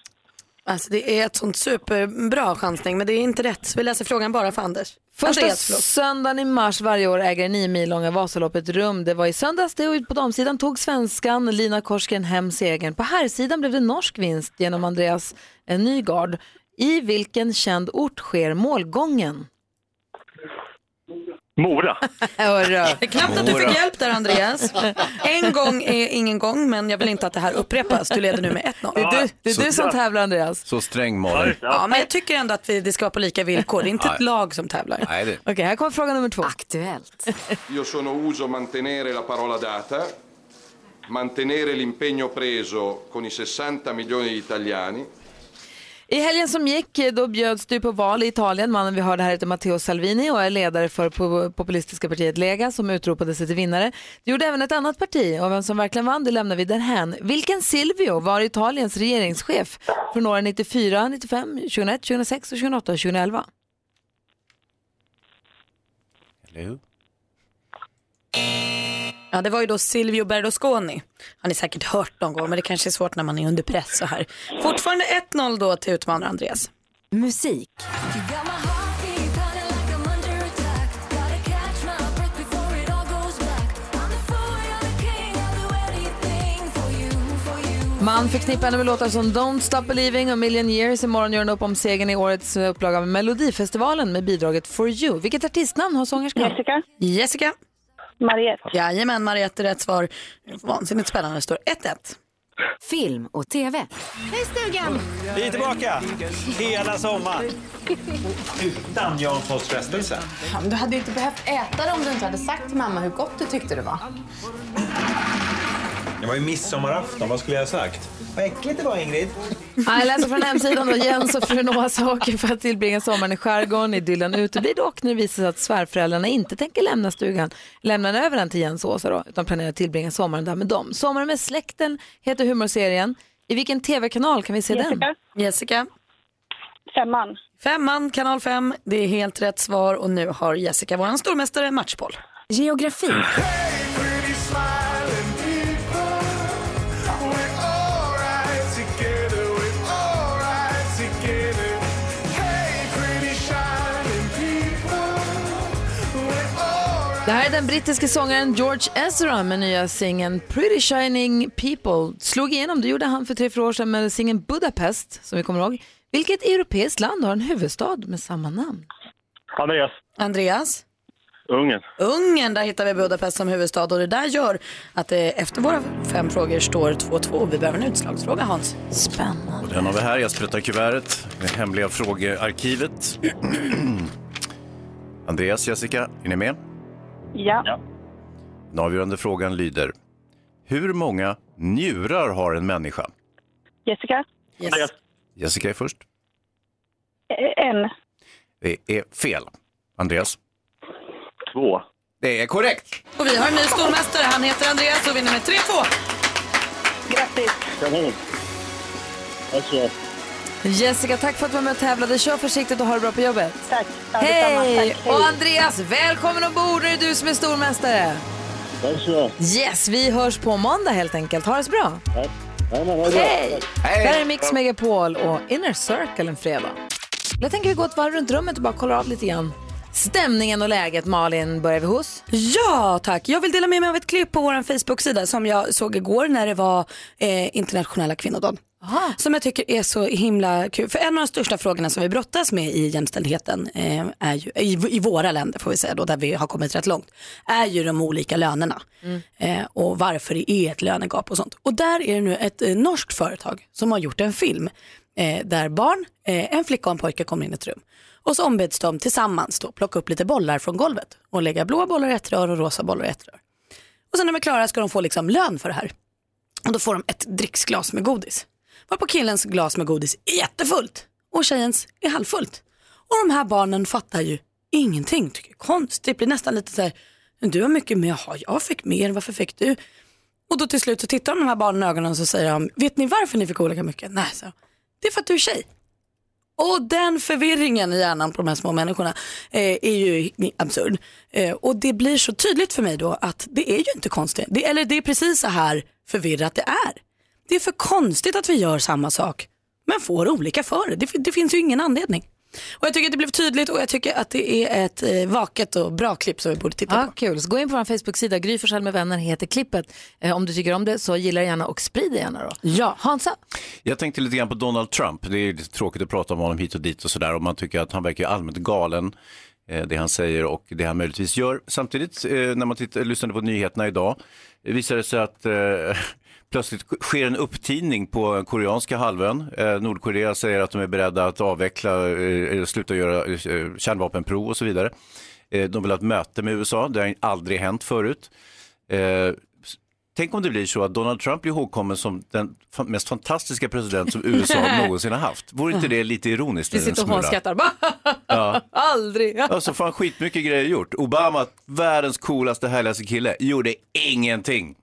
Alltså det är ett sånt superbra chansning men det är inte rätt. Så vi läser frågan bara för Anders.
Första
Andreas, förlåt.
söndagen i mars varje år äger det nio mil långa Vasaloppet rum. Det var i söndags det och på damsidan tog svenskan Lina Korsgren hem segern. På herrsidan blev det norsk vinst genom Andreas eh, Nygard. I vilken känd ort sker målgången?
Mora.
Hörru.
Det är knappt att du fick hjälp där Andreas. En gång är ingen gång men jag vill inte att det här upprepas. Du leder nu med 1-0.
Det är du, det är du som tävlar Andreas.
Så sträng Malin.
Ja, men jag tycker ändå att vi, det ska vara på lika villkor. Det är inte ett
Nej.
lag som tävlar.
Nej, det...
Okej, här kommer fråga nummer två. Aktuellt.
Io sono uso mantenere la parola data, mantenere l'impegno preso con i 60 milioni di italiani.
I helgen som gick eh, då bjöds du på val i Italien. Mannen vi hörde här heter Matteo Salvini och är ledare för po- populistiska partiet Lega som utropade sig till vinnare. Du gjorde även ett annat parti och vem som verkligen vann det lämnar vi därhän. Vilken Silvio var Italiens regeringschef från åren 94, 95, 2001, 2006 och 2008 och 2011?
Eller hur?
Ja, det var ju då Silvio Berlusconi. Har ni säkert hört någon gång men det kanske är svårt när man är under press så här. Fortfarande 1-0 då till utmanare Andreas.
musik.
Man förknippar henne med låtar som Don't Stop Believing och Million Years. Imorgon gör hon upp om segern i årets eh, upplaga av Melodifestivalen med bidraget For You. Vilket artistnamn har sångerskan?
Jessica.
Jessica.
Mariette.
Jajamän, Mariette är rätt svar. Vansinnigt spännande. Det står 1-1.
Film och TV.
Hej stugan!
Vi är tillbaka hela sommaren. Utan Jan Fors frestelse.
Ja, men Du hade ju inte behövt äta det om du inte hade sagt till mamma hur gott du tyckte det var.
Det var ju midsommarafton, vad skulle jag ha sagt? Vad äckligt det var Ingrid.
Ja, jag läser från hemsidan då. Jens och frun Åsa åker för att tillbringa sommaren i skärgården. Idyllen uteblir dock när det visar sig att svärföräldrarna inte tänker lämna stugan, lämnar över den till Jens och Åsa då, utan planerar att tillbringa sommaren där med dem. Sommaren med släkten heter humorserien. I vilken tv-kanal kan vi se den?
Jessica.
Femman.
Femman, kanal 5. Det är helt rätt svar och nu har Jessica, vår stormästare, matchboll.
Geografi.
Det här är den brittiske sångaren George Ezra med nya singeln Pretty Shining People. Slog igenom, det gjorde han för tre, fyra år sedan med singeln Budapest, som vi kommer ihåg. Vilket europeiskt land har en huvudstad med samma namn?
Andreas.
Andreas.
Ungern.
Ungern, där hittar vi Budapest som huvudstad och det där gör att det efter våra fem frågor står 2-2 och vi behöver en utslagsfråga Hans.
Spännande.
Och den har vi här. Jag sprättar kuvertet. Det hemliga frågearkivet. Andreas, Jessica, är ni med?
Ja.
Den avgörande frågan lyder. Hur många njurar har en människa?
Jessica.
Jessica är först.
Eh, En.
Det är fel. Andreas? Två. Det är korrekt.
Och vi har en ny stormästare, han heter Andreas och vinner med 3-2.
Grattis.
Jessica, tack för att du var med och tävlade. Kör försiktigt och ha det bra på jobbet.
Tack. Ja, detsamma.
Hej!
Tack. Hej.
Och Andreas, välkommen ombord. Nu är det du som är stormästare.
Tack så mycket.
Yes, vi hörs på måndag helt enkelt. Ha det så bra.
Tack. Ja, men, ha det bra.
Hej!
Hej.
Där är Mix Megapol och Inner Circle en fredag. Jag tänker vi går ett varv runt rummet och bara kollar av lite grann. Stämningen och läget, Malin, börjar vi hos?
Ja tack, jag vill dela med mig av ett klipp på vår Facebook-sida som jag såg igår när det var eh, internationella kvinnodagen. Som jag tycker är så himla kul. För en av de största frågorna som vi brottas med i jämställdheten eh, är ju, i, i våra länder får vi säga då, där vi har kommit rätt långt, är ju de olika lönerna. Eh, och varför det är ett lönegap och sånt. Och där är det nu ett eh, norskt företag som har gjort en film eh, där barn, eh, en flicka och en pojke kommer in i ett rum. Och så ombeds de tillsammans då plocka upp lite bollar från golvet och lägga blå bollar i ett rör och rosa bollar i ett rör. Och sen när de är klara ska de få liksom lön för det här. Och då får de ett dricksglas med godis. Varpå killens glas med godis är jättefullt och tjejens är halvfullt. Och de här barnen fattar ju ingenting, tycker det är konstigt, blir nästan lite så här, "Men du har mycket mer, jaha jag fick mer, varför fick du? Och då till slut så tittar de de här barnen i ögonen och så säger de, vet ni varför ni fick olika mycket? Nej, så. det är för att du är tjej. Och den förvirringen i hjärnan på de här små människorna eh, är ju absurd. Eh, och det blir så tydligt för mig då att det är ju inte konstigt. Det, eller det är precis så här förvirrat det är. Det är för konstigt att vi gör samma sak men får olika för det. det. fi- Det finns ju ingen anledning. Och jag tycker att det blev tydligt och jag tycker att det är ett eh, vaket och bra klipp som vi borde titta
Ja, kul. Så gå in på vår Facebook-sida, Gry Forssell med vänner heter klippet. Eh, om du tycker om det så gilla det gärna och sprid det gärna då. Ja. Hansa?
Jag tänkte lite grann på Donald Trump. Det är ju lite tråkigt att prata om honom hit och dit och sådär. Och man tycker att han verkar ju allmänt galen, eh, det han säger och det han möjligtvis gör. Samtidigt, eh, när man tittar, lyssnade på nyheterna idag, eh, visade det sig att eh, plötsligt sker en upptining på koreanska halvön. Eh, Nordkorea säger att de är beredda att avveckla, eh, eh, sluta göra eh, kärnvapenprov och så vidare. Eh, de vill ha ett möte med USA, det har aldrig hänt förut. Eh, Tänk om det blir så att Donald Trump blir ihågkommen som den fa- mest fantastiska president som USA någonsin har haft. Vore inte det lite ironiskt?
Vi
eller en
sitter och
smula?
hånskrattar. Bara,
Ja.
Aldrig.
Alltså fan skitmycket grejer gjort. Obama, världens coolaste, härligaste kille, gjorde ingenting.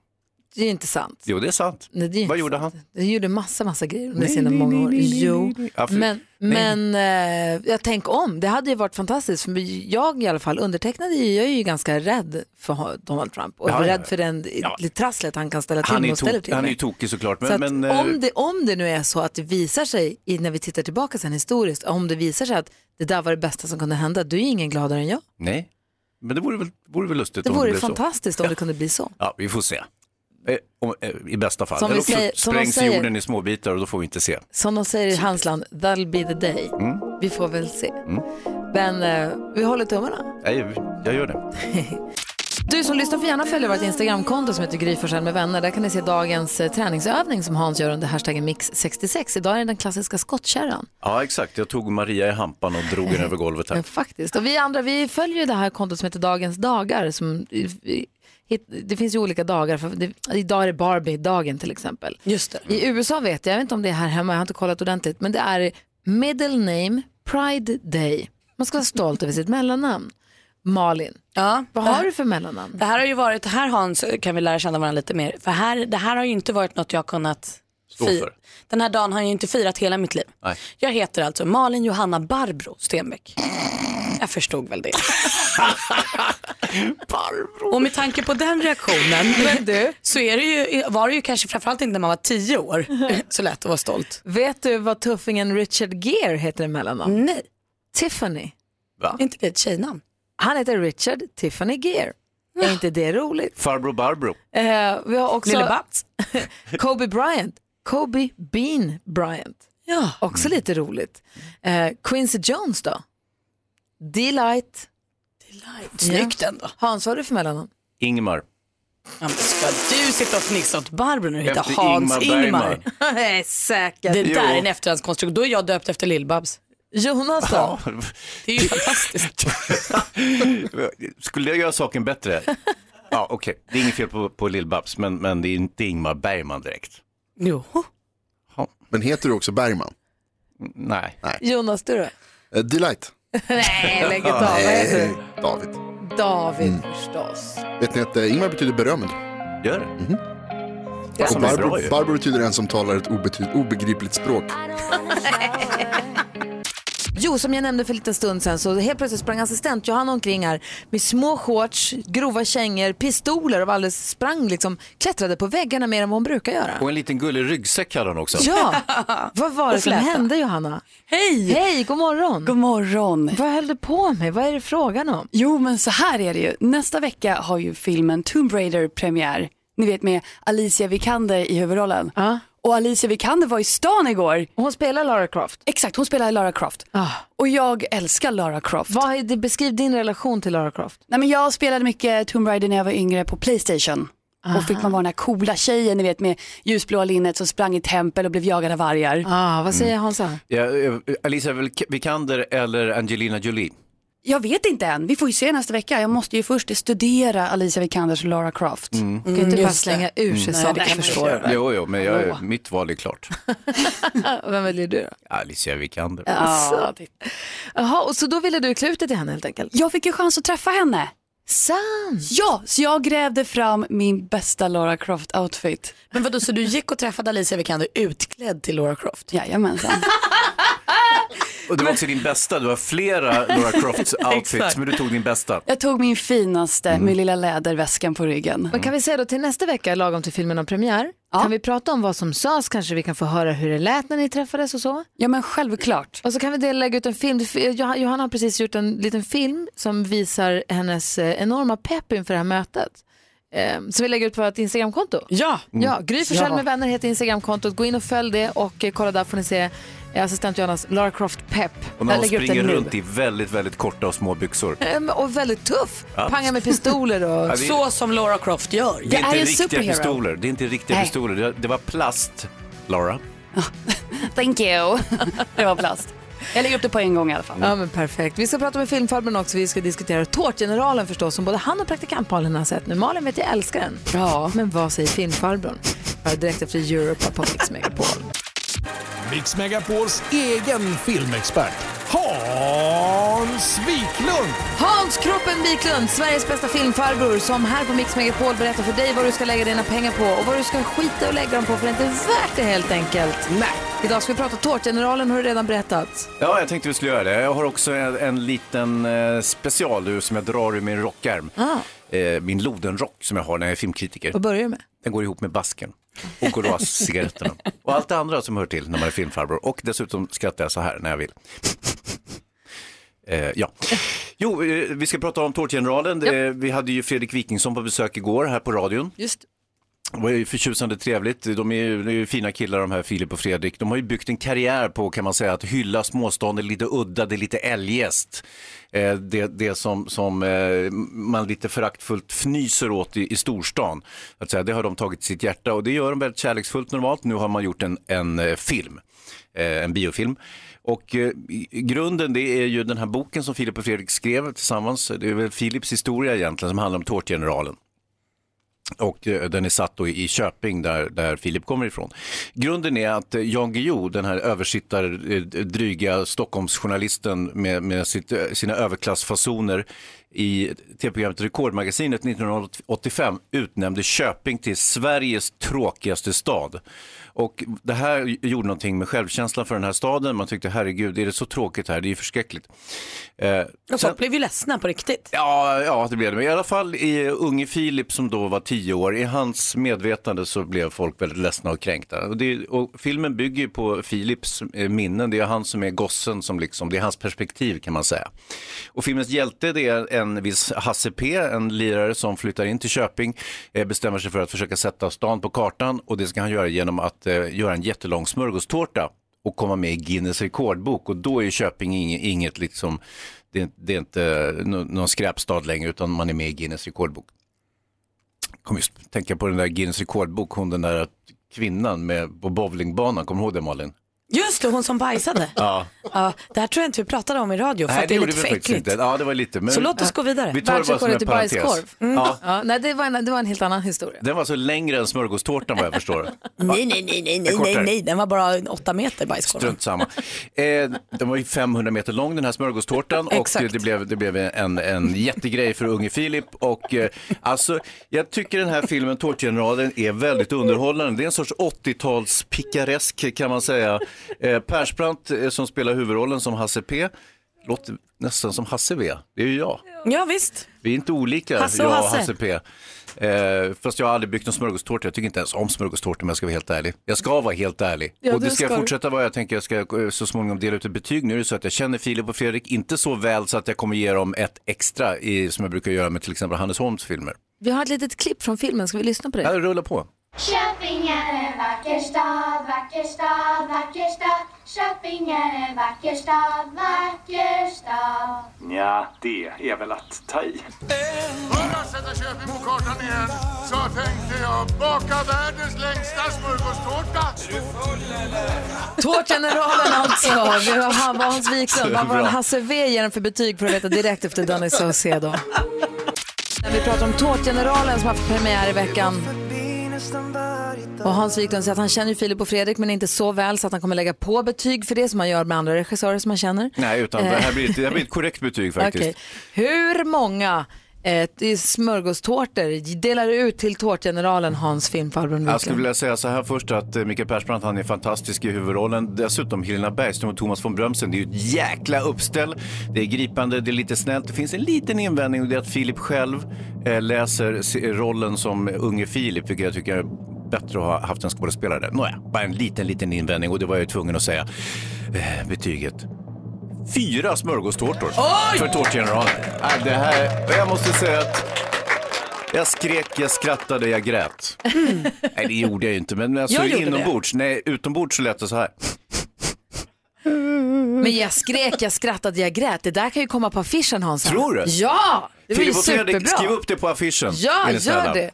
Det är ju inte sant.
Jo, det är sant.
Nej, det är
Vad gjorde han?
Det gjorde massa, massa grejer under
Nej,
sina
nej,
många år.
nej, nej, nej,
Jo,
nej. Ja, för-
men,
nej.
men eh, jag tänker om. Det hade ju varit fantastiskt. För jag i alla fall, undertecknade, ju- jag är ju ganska rädd för ha- Donald Trump och
Ja, ja, ja.
rädd för den lite trasslet han kan ställa till
Han är,
med och ställer
tok,
till
han är
med.
ju tokig såklart. Men,
så att
men, eh,
om, det, om det nu är så att det visar sig, i, när vi tittar tillbaka sen historiskt, om det visar sig att det där var det bästa som kunde hända, du är ju ingen gladare än jag.
Nej, men det vore väl, vore väl lustigt
Det
om det
vore
blev
fantastiskt
så.
om det kunde bli så.
Ja. ja, vi får se. Eh, om, eh, I bästa fall.
Som vi
Eller också
säger- som de
sprängs
säger-
jorden i småbitar och då får vi inte se.
Som de säger i hans land, that'll be the day.
Mm.
Vi får väl se.
Mm.
Men eh, vi håller tummarna.
Nej, jag gör det.
Du som lyssnar får gärna följa vårt Instagramkonto som heter Gry Forssell med vänner. Där kan ni se dagens eh, träningsövning som Hans gör under hashtaggen mix66. Idag är det den klassiska skottkärran. Eh,
Ja, exakt. Jag tog Maria i hampan och drog henne över golvet här.
Faktiskt. Och vi andra vi följer ju det här kontot som heter Dagens dagar. Som, i- i- hit- det finns ju olika dagar. För det, idag är det Barbie-dagen till exempel.
Just
I USA vet jag, jag vet inte om det är här hemma, jag har inte kollat ordentligt, men det är middle name pride day. Man ska vara stolt över sitt mellannamn. Malin,
ja,
vad har du för mellannamn?
Det här har ju varit, här Hans kan vi lära känna varandra lite mer. För här, det här har ju inte varit något jag kunnat
Stå
fi-
för.
Den här dagen har jag ju inte firat hela mitt liv. Jag heter alltså Malin Johanna Barbro Stenbeck. Jag förstod väl det. Barbro. Och med tanke på den reaktionen så är det ju, var det ju kanske framförallt inte när man var tio år så lätt att vara stolt.
Vet du vad tuffingen Richard Gere heter i mellannamn?
Nej.
Tiffany.
Va?
Inte det ett tjejnamn?
Han heter Richard Tiffany Gere. Är inte det roligt?
Farbror Barbro.
Eh, vi har också
Lille
Kobe Bryant. Kobe Bean Bryant.
Ja.
Också lite roligt. Eh, Quincy Jones då? Delight. Delight.
Snyggt ändå.
Hans, vad har du för mellannamn?
Ingmar.
Ja, men Ska du sitta och fnissa åt Barbro när du heter
Efter
Hans
Ingmar
Ingmar?
Bergman.
Nej, säkert.
Det där är en
Jo.
efterhandskonstruktion. Då är jag döpt efter Lill-Babs.
Jonas då?
Det är ju fantastiskt.
Skulle jag göra saken bättre? Ja, okej. Det är inget fel på, på Lill-Babs, men, men det är inte Ingmar Bergman direkt.
Jo.
Men heter du också Bergman?
Nej.
Jonas, du då?
Eh, Delight.
Nej, lägg av. Vad heter du?
Eh, David.
David förstås.
Vet ni att eh, Ingmar betyder berömd?
Gör det?
Och
som är
Barbro,
bra ju.
Barbro betyder en som talar ett obety- obegripligt språk.
Jo, som jag nämnde för en liten stund sedan så helt plötsligt sprang assistent Johanna omkring här med små shorts, grova kängor, pistoler och alldeles sprang liksom, klättrade på väggarna mer än vad hon brukar göra.
Och en liten gullig ryggsäck hade hon också.
Ja, vad var det
Och
som
fläta.
hände Johanna? Hej! Hej, god morgon! God
morgon!
Vad höll du på med? Vad är det frågan om?
Jo, men så här är det ju. Nästa vecka har ju filmen Tomb Raider premiär. Ni vet med Alicia Vikander i huvudrollen. Och Alicia Vikander var i stan igår.
Hon spelar Lara Croft. Ah,
Exakt, hon spelar Lara Croft. Och jag älskar Lara Croft.
Vad är det, beskriv din relation till Lara Croft.
Nej, men jag spelade mycket Tomb Raider när jag var yngre på Playstation.
Aha.
Och fick man vara den här coola tjejen, ni vet med ljusblåa linnet som sprang i tempel och blev jagad av vargar.
Ah, vad säger Hansa?
Ja, eh, Alicia Vik- Vikander eller Angelina Jolie?
Jag vet inte än, vi får ju se nästa vecka. Jag måste ju först studera Alicia Vikanders och Lara Croft.
Mm.
Hon kan inte bara slänga ur sig
Nej,
saker,
det
jag
kan man
förstår.
inte göra.
Jo, jo, men jag,
Hallå.
mitt val är klart.
Vem väljer du då?
Alicia Vikander.
Alltså. Jaha, och så då ville du klä ut dig till henne helt enkelt?
Jag fick ju chans att träffa henne.
Sant!
Ja, så jag grävde fram min bästa Lara Croft-outfit.
Men vadå, så du gick och träffade Alicia Vikander utklädd till Laura Croft?
Jajamensan.
Och det var också din bästa, du har flera Laura Crofts outfits,
Exakt.
men du tog din bästa.
Jag tog min finaste med lilla läderväskan på ryggen.
Men kan vi säga då till nästa vecka, lagom till filmen om premiär, kan vi prata om vad som sades, kanske vi kan få höra hur det lät när ni träffades och så?
Ja men självklart.
Och så kan vi dela- lägga ut en film, Joh- Johanna har precis gjort en liten film som visar hennes eh, enorma pepp inför det här mötet. Eh, Som vi lägger ut på vårt Instagramkonto.
Ja,
Mm.
ja Gry Forssell
Ja.
med vänner heter Instagramkontot, gå in och följ det och eh, kolla där får ni se eh, assistent Johannas Lara Croft-pepp.
Och när
Jag
hon
lägger ut den
springer
nu.
runt i väldigt, väldigt korta och små byxor.
Ehm, Och väldigt tuff.
Ja.
Pangar med pistoler och...
Ja, det- Så
som Laura Croft gör.
Det är inte riktiga pistoler, det är inte riktiga
Nej.
pistoler. Det- Det var plast, Laura.
Thank you. det var plast. Jag lägger upp det på en gång i alla fall.
Ja men perfekt. Vi ska prata med filmfarbrorn också. Vi ska diskutera Tårtgeneralen förstås som både han och praktikant Malin har sett nu. Malin vet jag älskar den. Ja. Men vad säger filmfarbrorn? Hör direkt efter Europa på Mix Megapol.
Mix Megapols egen filmexpert Hans Wiklund.
Hans Kroppen Wiklund, Sveriges bästa filmfarbror som här på Mix Megapol berättar för dig vad du ska lägga dina pengar på och vad du ska skita och lägga dem på för det är inte värt det helt enkelt. Nej. Idag ska vi prata Tårtgeneralen har du redan berättat.
Ja, jag tänkte vi skulle göra det. Jag har också en, en liten eh, special nu som jag drar ur min rockärm. Eh, min lodenrock som jag har när jag är filmkritiker.
Vad börjar du med?
Den går ihop med basken och Goras-cigaretterna. Och allt det andra som hör till när man är filmfarbror. Och dessutom skrattar jag så här när jag vill. Eh, ja. Jo, eh, vi ska prata om Tårtgeneralen. Det- Vi hade ju Fredrik Wikingsson på besök igår här på radion.
Just.
Det var ju förtjusande trevligt. De är ju, de är ju fina killar de här Filip och Fredrik. De har ju byggt en karriär på kan man säga att hylla småstånd, det är lite udda, det är lite eljest. Eh, Det, det som, som eh, man lite föraktfullt fnyser åt i, i storstan. Att säga, det har de tagit till sitt hjärta och det gör de väldigt kärleksfullt normalt. Nu har man gjort en, en eh, film, eh, en biofilm. Och eh, i- i grunden det är ju den här boken som Filip och Fredrik skrev tillsammans. Det är väl Filips historia egentligen som handlar om tårtgeneralen. Och eh, den är satt då i Köping där, där Filip kommer ifrån. Grunden är att eh, Jan Guillou, den här översittar eh, dryga Stockholmsjournalisten med, med sitt, eh, sina överklassfasoner i tv-programmet Rekordmagasinet 1985 utnämnde Köping till Sveriges tråkigaste stad. Och det här gjorde någonting med självkänslan för den här staden. Man tyckte herregud, är det så tråkigt här? Det är ju förskräckligt. Eh,
Och
sen-
folk blev ju ledsna på riktigt.
Ja, ja, det blev det. Men i alla fall i unge Filip som då var tio år, i hans medvetande så blev folk väldigt ledsna och kränkta. Och det, och filmen bygger ju på Filips eh, minnen, det är han som är gossen, som liksom, det är hans perspektiv kan man säga. Och filmens hjälte det är en viss Hasse P, en lirare som flyttar in till Köping, eh, bestämmer sig för att försöka sätta stan på kartan och det ska han göra genom att eh, göra en jättelång smörgåstårta och komma med i Guinness rekordbok och då är Köping inget, inget liksom, det, är- det är inte nå- någon skräpstad längre utan man är med i Guinness rekordbok. Jag Kommer just tänka på den där Guinness rekordbok, hon den där kvinnan med, på bowlingbanan, kommer du ihåg det Malin?
Just det, hon som bajsade.
Ja.
Ja, det här tror jag inte vi pratade om i radio för att det är
gjorde
lite
vi
för
faktiskt
äckligt.
inte. Ja, det var lite. Men
Så låt oss gå vidare.
Vi tar det bara som en parentes.
Mm.
Ja.
Mm. Ja, nej, det var, en, det var en helt annan historia.
Den var så längre än smörgåstårtan vad jag förstår.
Nej, nej, nej, nej, nej, nej,
Kortare.
nej, den var bara åtta meter bajskorven.
Strunt samma. Eh, den var ju 500 meter lång den här smörgåstårtan och
Exakt.
eh, det blev, det blev en, en jättegrej för unge Filip. Och, eh, alltså, jag tycker den här filmen Tårtgeneralen är väldigt underhållande. Det är en sorts 80-tals pikaresk kan man säga. Eh, Persbrandt eh, som spelar huvudrollen som Hasse P. Låter nästan som Hasse V. Det är ju jag.
Ja, visst.
Vi är inte olika,
Hasse och
jag och
Hasse.
Hasse P. Eh, fast jag har aldrig byggt någon smörgåstårta. Jag tycker inte ens om smörgåstårta om jag ska vara helt ärlig. Jag ska vara helt ärlig.
Ja,
och det
du
ska jag
ska.
fortsätta vara. Jag tänker jag ska eh, så småningom dela ut ett betyg. Nu är det så att jag känner Filip och Fredrik inte så väl så att jag kommer ge dem ett extra i, som jag brukar göra med till exempel Hannes Holms filmer.
Vi har ett litet klipp från filmen, ska vi lyssna på det?
Ja, rulla på.
Köping är en vacker stad, vacker stad, vacker stad. Köping är en vacker stad, vacker stad.
Ja, det är väl att ta i.
När jag sätter Köpingbokartan igen så tänkte jag baka världens längsta smörgåstårta. Är du full eller?
Tårtgeneralen alltså. Vi har han- var Hans Wiklund. Vad var
Bra.
Hasse V ger den för betyg för att veta direkt efter Danny Saucedo. När vi pratar om Tårtgeneralen som har haft premiär i veckan. Och Hans Wiklund säger att han känner ju Filip och Fredrik men inte så väl så att han kommer lägga på betyg för det som man gör med andra regissörer som man känner. Eh,
Nej, utan det här blir ett, det här blir ett korrekt betyg faktiskt.
Okej. Hur många eh, t- smörgåstårtor delar du ut till Tårtgeneralen Hans Finnfarbrorn
Jag skulle
Wiklund?
vilja säga så här först att eh, Mikael Persbrandt han är fantastisk i huvudrollen. Dessutom Helena Bergström och Thomas von Brömsen. Det är ju ett jäkla uppställ. Det är gripande, det är lite snällt. Det finns en liten invändning och det är att Filip själv eh, läser se- rollen som unge Filip, vilket jag tycker är bättre att ha haft en skådespelare där. Nåja, bara en liten, liten invändning och det var jag ju tvungen att säga. Eh, betyget. Fyra smörgåstårtor
Oj!
för Tårtgeneralen. Nej, Det här, jag måste säga att jag skrek, jag skrattade, jag grät.
Mm.
Nej, det gjorde jag ju inte, men alltså,
Jag gjorde
inombords, nej, utombords så lät det så här.
Men jag skrek, jag skrattade, jag grät. Det där kan ju komma på affischen Hansa.
Tror du?
Ja! Det blir ju
Filip och
superbra.
Fredrik, skriv upp det på affischen.
Ja,
är ni snälla.
gör det.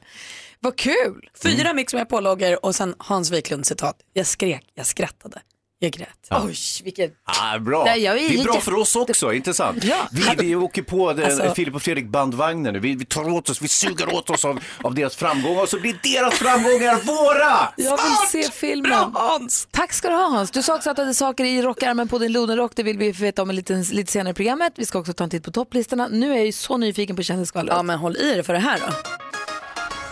Vad kul! Fyra Mix med pålogger och sen Hans Wiklund citat. Jag skrek, jag skrattade, jag grät.
Ja.
Oj, vilket...
Ah, bra.
Nej, jag är
det är bra
jätte-
för oss också, inte sant?
Ja.
Vi, vi åker på den,
Alltså-
Filip och Fredrik bandvagnen nu. Vi, vi tar åt oss, vi suger åt oss av, av deras framgångar och så blir deras framgångar våra!
Jag vill se filmen. Tack ska du ha Hans. Du sa också att du hade saker i rockärmen på din Lodenrock. Det vill vi få veta om en liten, lite senare i programmet. Vi ska också ta en titt på topplistorna. Nu är jag ju så nyfiken på kändisskvallret.
Ja, men håll i dig för det här då.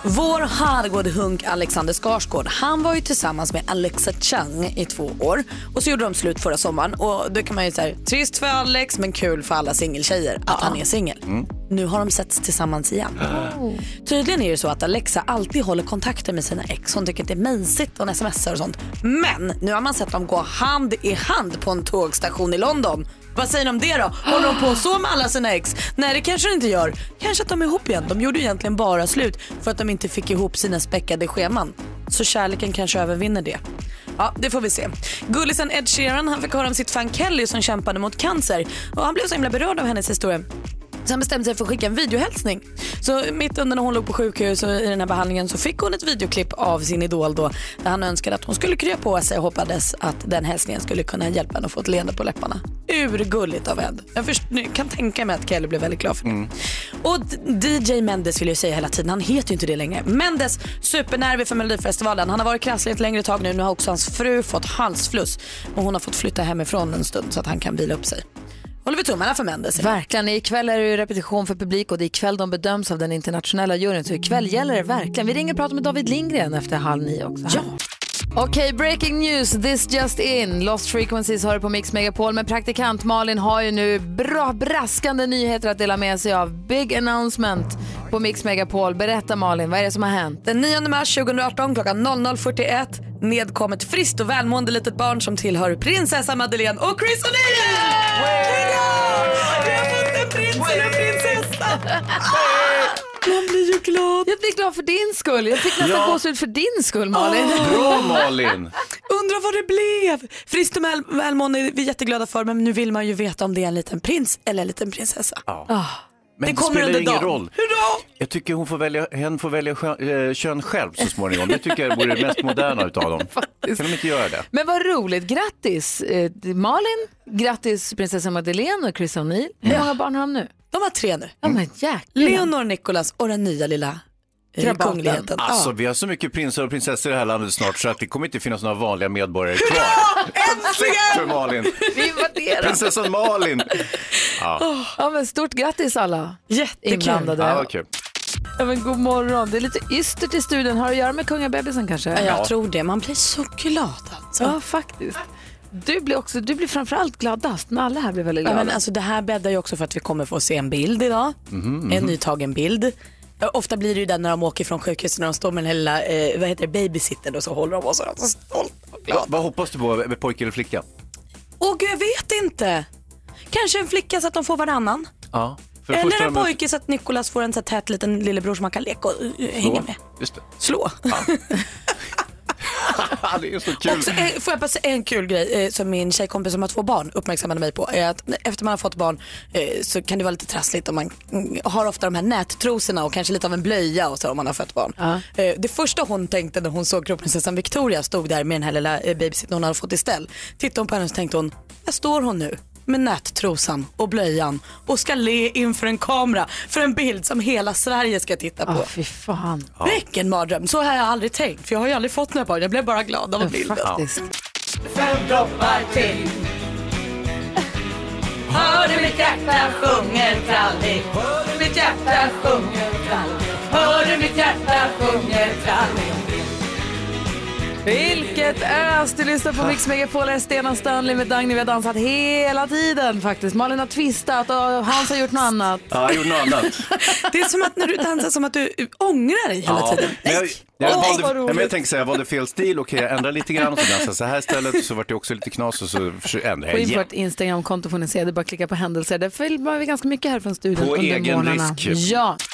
Vår Herrgård-hunk Alexander Skarsgård, han var ju tillsammans med Alexa Chung i två år och så gjorde de slut förra sommaren och då kan man ju säga trist för Alex men kul för alla singeltjejer att han är singel. Nu har de setts tillsammans igen. Tydligen är det så att Alexa alltid håller kontakter med sina ex. Hon tycker att det är mejsigt och smsar och sånt. Men nu har man sett dem gå hand i hand på en tågstation i London. Vad säger ni om det då? Håller de på så med alla sina ex? Nej det kanske de inte gör. Kanske att de är ihop igen. De gjorde ju egentligen bara slut för att de inte fick ihop sina späckade scheman. Så kärleken kanske övervinner det. Ja, det får vi se. Gullisen Ed Sheeran han fick höra om sitt fan Kelly som kämpade mot cancer. Och han blev så himla berörd av hennes historia. Så han bestämde sig för att skicka en videohälsning. Så mitt under när hon låg på sjukhus och i den här behandlingen så fick hon ett videoklipp av sin idol då. Där han önskade att hon skulle krya på sig och hoppades att den hälsningen skulle kunna hjälpa henne att få ett leende på läpparna. Urgulligt av Ed. Jag först, nu kan tänka mig att Kelly blev väldigt glad för det. Och D- DJ Mendes vill jag säga hela tiden, han heter ju inte det längre. Mendes, supernervig för Melodifestivalen. Han har varit krasslig ett längre tag nu. Nu har också hans fru fått halsfluss och hon har fått flytta hemifrån en stund så att han kan vila upp sig. Håller vi tummarna för Mendes.
Verkligen. Ikväll är det ju repetition för publik och det är ikväll de bedöms av den internationella juryn. Så ikväll gäller det verkligen. Vi ringer och pratar med David Lindgren efter halv nio också. Ja. Okej, breaking news, this just in. Lost Frequencies hör på Mix Megapol, men praktikant Malin har ju nu bra braskande nyheter att dela med sig av. Big announcement på Mix Megapol. Berätta Malin, vad är det som har hänt?
Den 9 mars 2018 klockan 00.41 nedkom ett friskt och välmående litet barn som tillhör prinsessa Madeleine och Chris O'Neill! Hurra! Vi har fått en prins och en prinsessa! Man blir ju glad.
Jag blir glad för din skull. Jag fick nästan
Ja.
gåshud för din skull Malin.
Bra Malin!
Undrar vad det blev. Friskt och väl- välmående är vi jätteglada för men nu vill man ju veta om det är en liten prins eller en liten prinsessa.
Ja.
det
Men det,
kommer
spelar
under
ingen
dagen.
roll. Jag tycker hon får välja, hen får välja skö- eh, kön själv så småningom. Det tycker jag vore det mest moderna utav dem. Kan de inte göra det?
Men vad roligt, grattis eh, Malin, grattis prinsessa Madeleine och Chris O'Neill. Hur många barn har de nu?
De har tre nu.
Ja men jäklar.
Mm. Leonor, Nicolas och den nya lilla eh,
Krabaten.
kungligheten.
Alltså
Ja.
vi har så mycket prinsar och prinsessor i det här landet snart så att det kommer inte finnas några vanliga medborgare kvar. För Malin.
Vi invaderar.
Prinsessan Malin. Ja,
Ja men stort grattis alla
Jättekul.
inblandade.
ja vad kul.
Ja, men god morgon. Det är lite ystert i studion. Har det att göra med kungabebisen kanske?
Ja, jag tror det. Man blir så glad alltså.
Ja, faktiskt. Du blir, också, du blir framförallt gladast, men alla här blir väldigt
Ja,
glada.
men alltså, det här bäddar ju också för att vi kommer få se en bild idag.
Mhm,
En nytagen bild. Ja, Ofta blir det ju den när de åker från sjukhuset när de står med den här lilla, eh, vad heter det, babysittern och så håller de oss. Och så stolt.
Vad- Vad hoppas du på, med pojke eller flicka?
Åh gud, jag vet inte. Kanske en flicka så att de får varannan.
Ja. För
Eller
första
en pojke så att Nicolas får en så här tät liten lillebror som han kan leka och eh, hänga med.
Just det.
Slå.
det är så kul.
Också, eh, får jag bara säga en kul grej eh, som min tjejkompis som har två barn uppmärksammade mig på. Är att efter man har fått barn eh, så kan det vara lite trassligt om man mm, har ofta de här nättrosorna och kanske lite av en blöja och så om man har fött barn. Eh, det första hon tänkte när hon såg kronprinsessan Victoria stod där med den här lilla eh, babysitten hon hade fått i ställ. Tittade hon på henne och så tänkte hon, där står hon nu med nättrosan och blöjan och ska le inför en kamera för en bild som hela Sverige ska titta på.
Ja, Ah, fy fan.
Ja.
Vilken mardröm, så har jag aldrig tänkt för jag har ju aldrig fått några barn, jag blev bara glad av bilden.
Faktiskt.
Fem droppar till Hör du mitt hjärta sjunger trallig Hör du mitt hjärta sjunger trallig Hör du mitt hjärta sjunger trallig
Vilket ös! Du lyssnar på Mix Megapol. Här är Stena Stanley med Dagny. Vi har dansat hela tiden faktiskt. Malin har twistat och Hans har gjort något annat.
Ja, jag gjorde något annat.
Det är som att när du dansar som att du ångrar dig hela tiden.
Men jag, jag,
Åh,
valde,
vad
nej, men jag tänkte säga, jag valde fel stil, okej jag ändrar lite grann och så dansade jag så här istället så vart det också lite knas och så försö- ändrade
På
jag
in på
igen.
vårt Instagramkonto får ni se. Det är bara att klicka på händelser. Där filmar vi ganska mycket här från studion
På
under
egen
morgnarna.
risk.
Ja.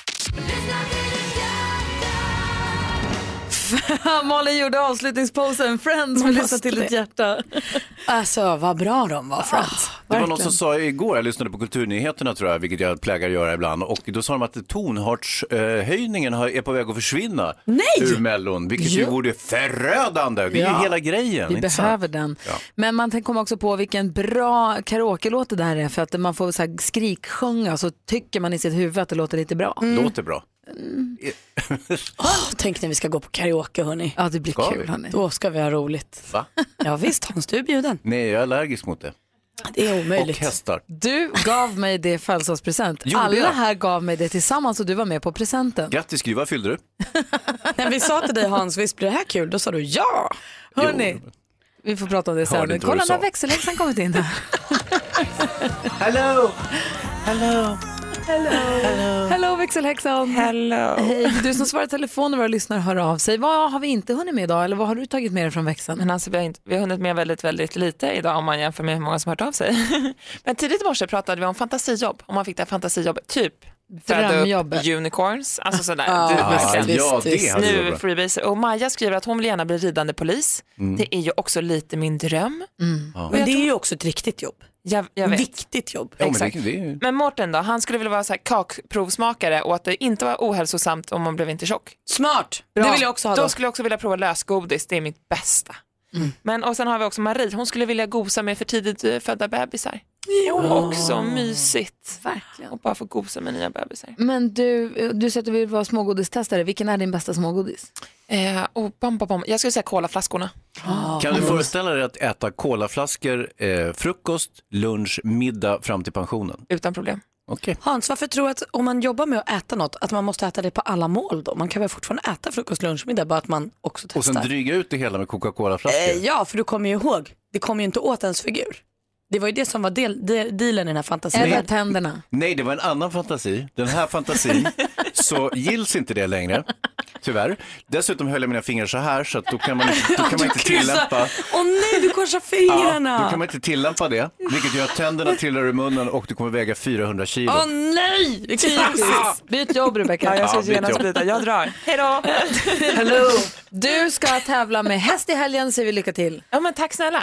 Malin gjorde avslutningsposen, Friends,
Man
med lyssna
måste
till ditt
det.
hjärta.
Alltså vad bra de var Friends.
Det var någon som sa igår, jag lyssnade på Kulturnyheterna tror jag, vilket jag plägar göra ibland, och då sa de att tonartshöjningen har- är på väg att försvinna
Nej!
ur Mellon, vilket ju
Jo.
vore förödande. Det är
Ja.
ju hela grejen.
Vi
inte sant?
behöver den.
Ja.
Men man tänk- kommer också på vilken bra karaoke-låt det där är för att man får så här skriksjunga så tycker man i sitt huvud att det låter lite bra.
Låter bra.
Åh, tänk när vi ska gå på karaoke hörni.
Ja det blir
Ska kul, vi?
hörni.
Då ska vi ha roligt.
Va?
Ja visst Hans, du är bjuden.
Nej, jag är allergisk mot det.
Det är omöjligt.
Och hästar.
Du gav mig det i födelsedagspresent.
Gjorde
Alla
jag?
här gav mig det tillsammans och du var med på presenten.
Grattis Gry, vad fyllde du?
När vi sa till dig Hans, visst blir det här kul? Då sa du ja.
Hörni, vi får prata om det
Hörde
sen.
inte vad
Kolla,
du
nu har
sa.
växelhäxan kommit in här.
Hello! Hello!
Hello. Hello. växelhäxan.
Hello.
Hej, du som svarar i telefon och våra lyssnare hör av sig. Vad har vi inte hunnit med idag eller vad har du tagit med dig från växeln?
Men alltså, vi, har inte, vi har hunnit med väldigt, väldigt lite idag om man jämför med hur många som hört av sig. Men tidigt i morse pratade vi om fantasijobb, om man fick det här fantasijobbet, typ föda upp
Drömjobbet.
unicorns, alltså sådär.
Ja,
Ah,
du,
visst,
verkligen.
visst, Ja, det visst. hade varit
Nu
bra.
freebaser. Och Maja skriver att hon vill gärna bli ridande polis.
Mm.
Det är ju också lite min dröm.
Men
Och
det
jag
är ju också ett riktigt jobb.
Jag, jag vet.
Viktigt jobb.
Ja, men det- Exakt.
det är...
Men Mårten då, han skulle vilja vara så här kakprovsmakare och att det inte var ohälsosamt om man blev inte tjock.
Smart, det vill jag också ha
då.
då.
skulle jag också vilja prova lösgodis, det är mitt bästa.
Mm.
Men, och sen har vi också Marie, hon skulle vilja gosa med för tidigt eh, födda bebisar. Också mysigt.
Verkligen.
Och bara få gosa med nya bebisar.
Men du, du sa att du vill vara smågodistestare. Vilken är din bästa smågodis?
Eh, och bam, bam, bam. Jag skulle säga kolaflaskorna.
Ah.
Kan du föreställa dig att äta kolaflaskor, eh, frukost, lunch, middag fram till pensionen?
Utan problem.
Okej.
Hans, varför tror du att om man jobbar med att äta något, att man måste äta det på alla mål då? Man kan väl fortfarande äta frukost, lunch, middag, bara att man också testar.
Och sen dryga ut det hela med Coca-Cola-flaskor.
Eh, ja, för du kommer ju ihåg, det kommer ju inte åt ens figur. Det var ju det som var del, de, dealen i den här fantasin.
Eller
tänderna.
Nej, det var en annan fantasi. Den här fantasin så gills inte det längre, tyvärr. Dessutom höll jag mina fingrar så här så att då kan man, då kan man inte tillämpa...
Åh nej, du korsar
Ja, då
fingrarna!
kan man inte tillämpa det, vilket gör att tänderna trillar ur munnen och du kommer väga 400 kilo.
Åh nej! Vilken
Typiskt. Byt jobb Rebecka.
Ja, jag ska
Ja, byt
genast
jobb.
byta, jag drar. Hej då!
Hello. Du ska tävla med häst i helgen, säger vi lycka till.
Ja, men tack snälla.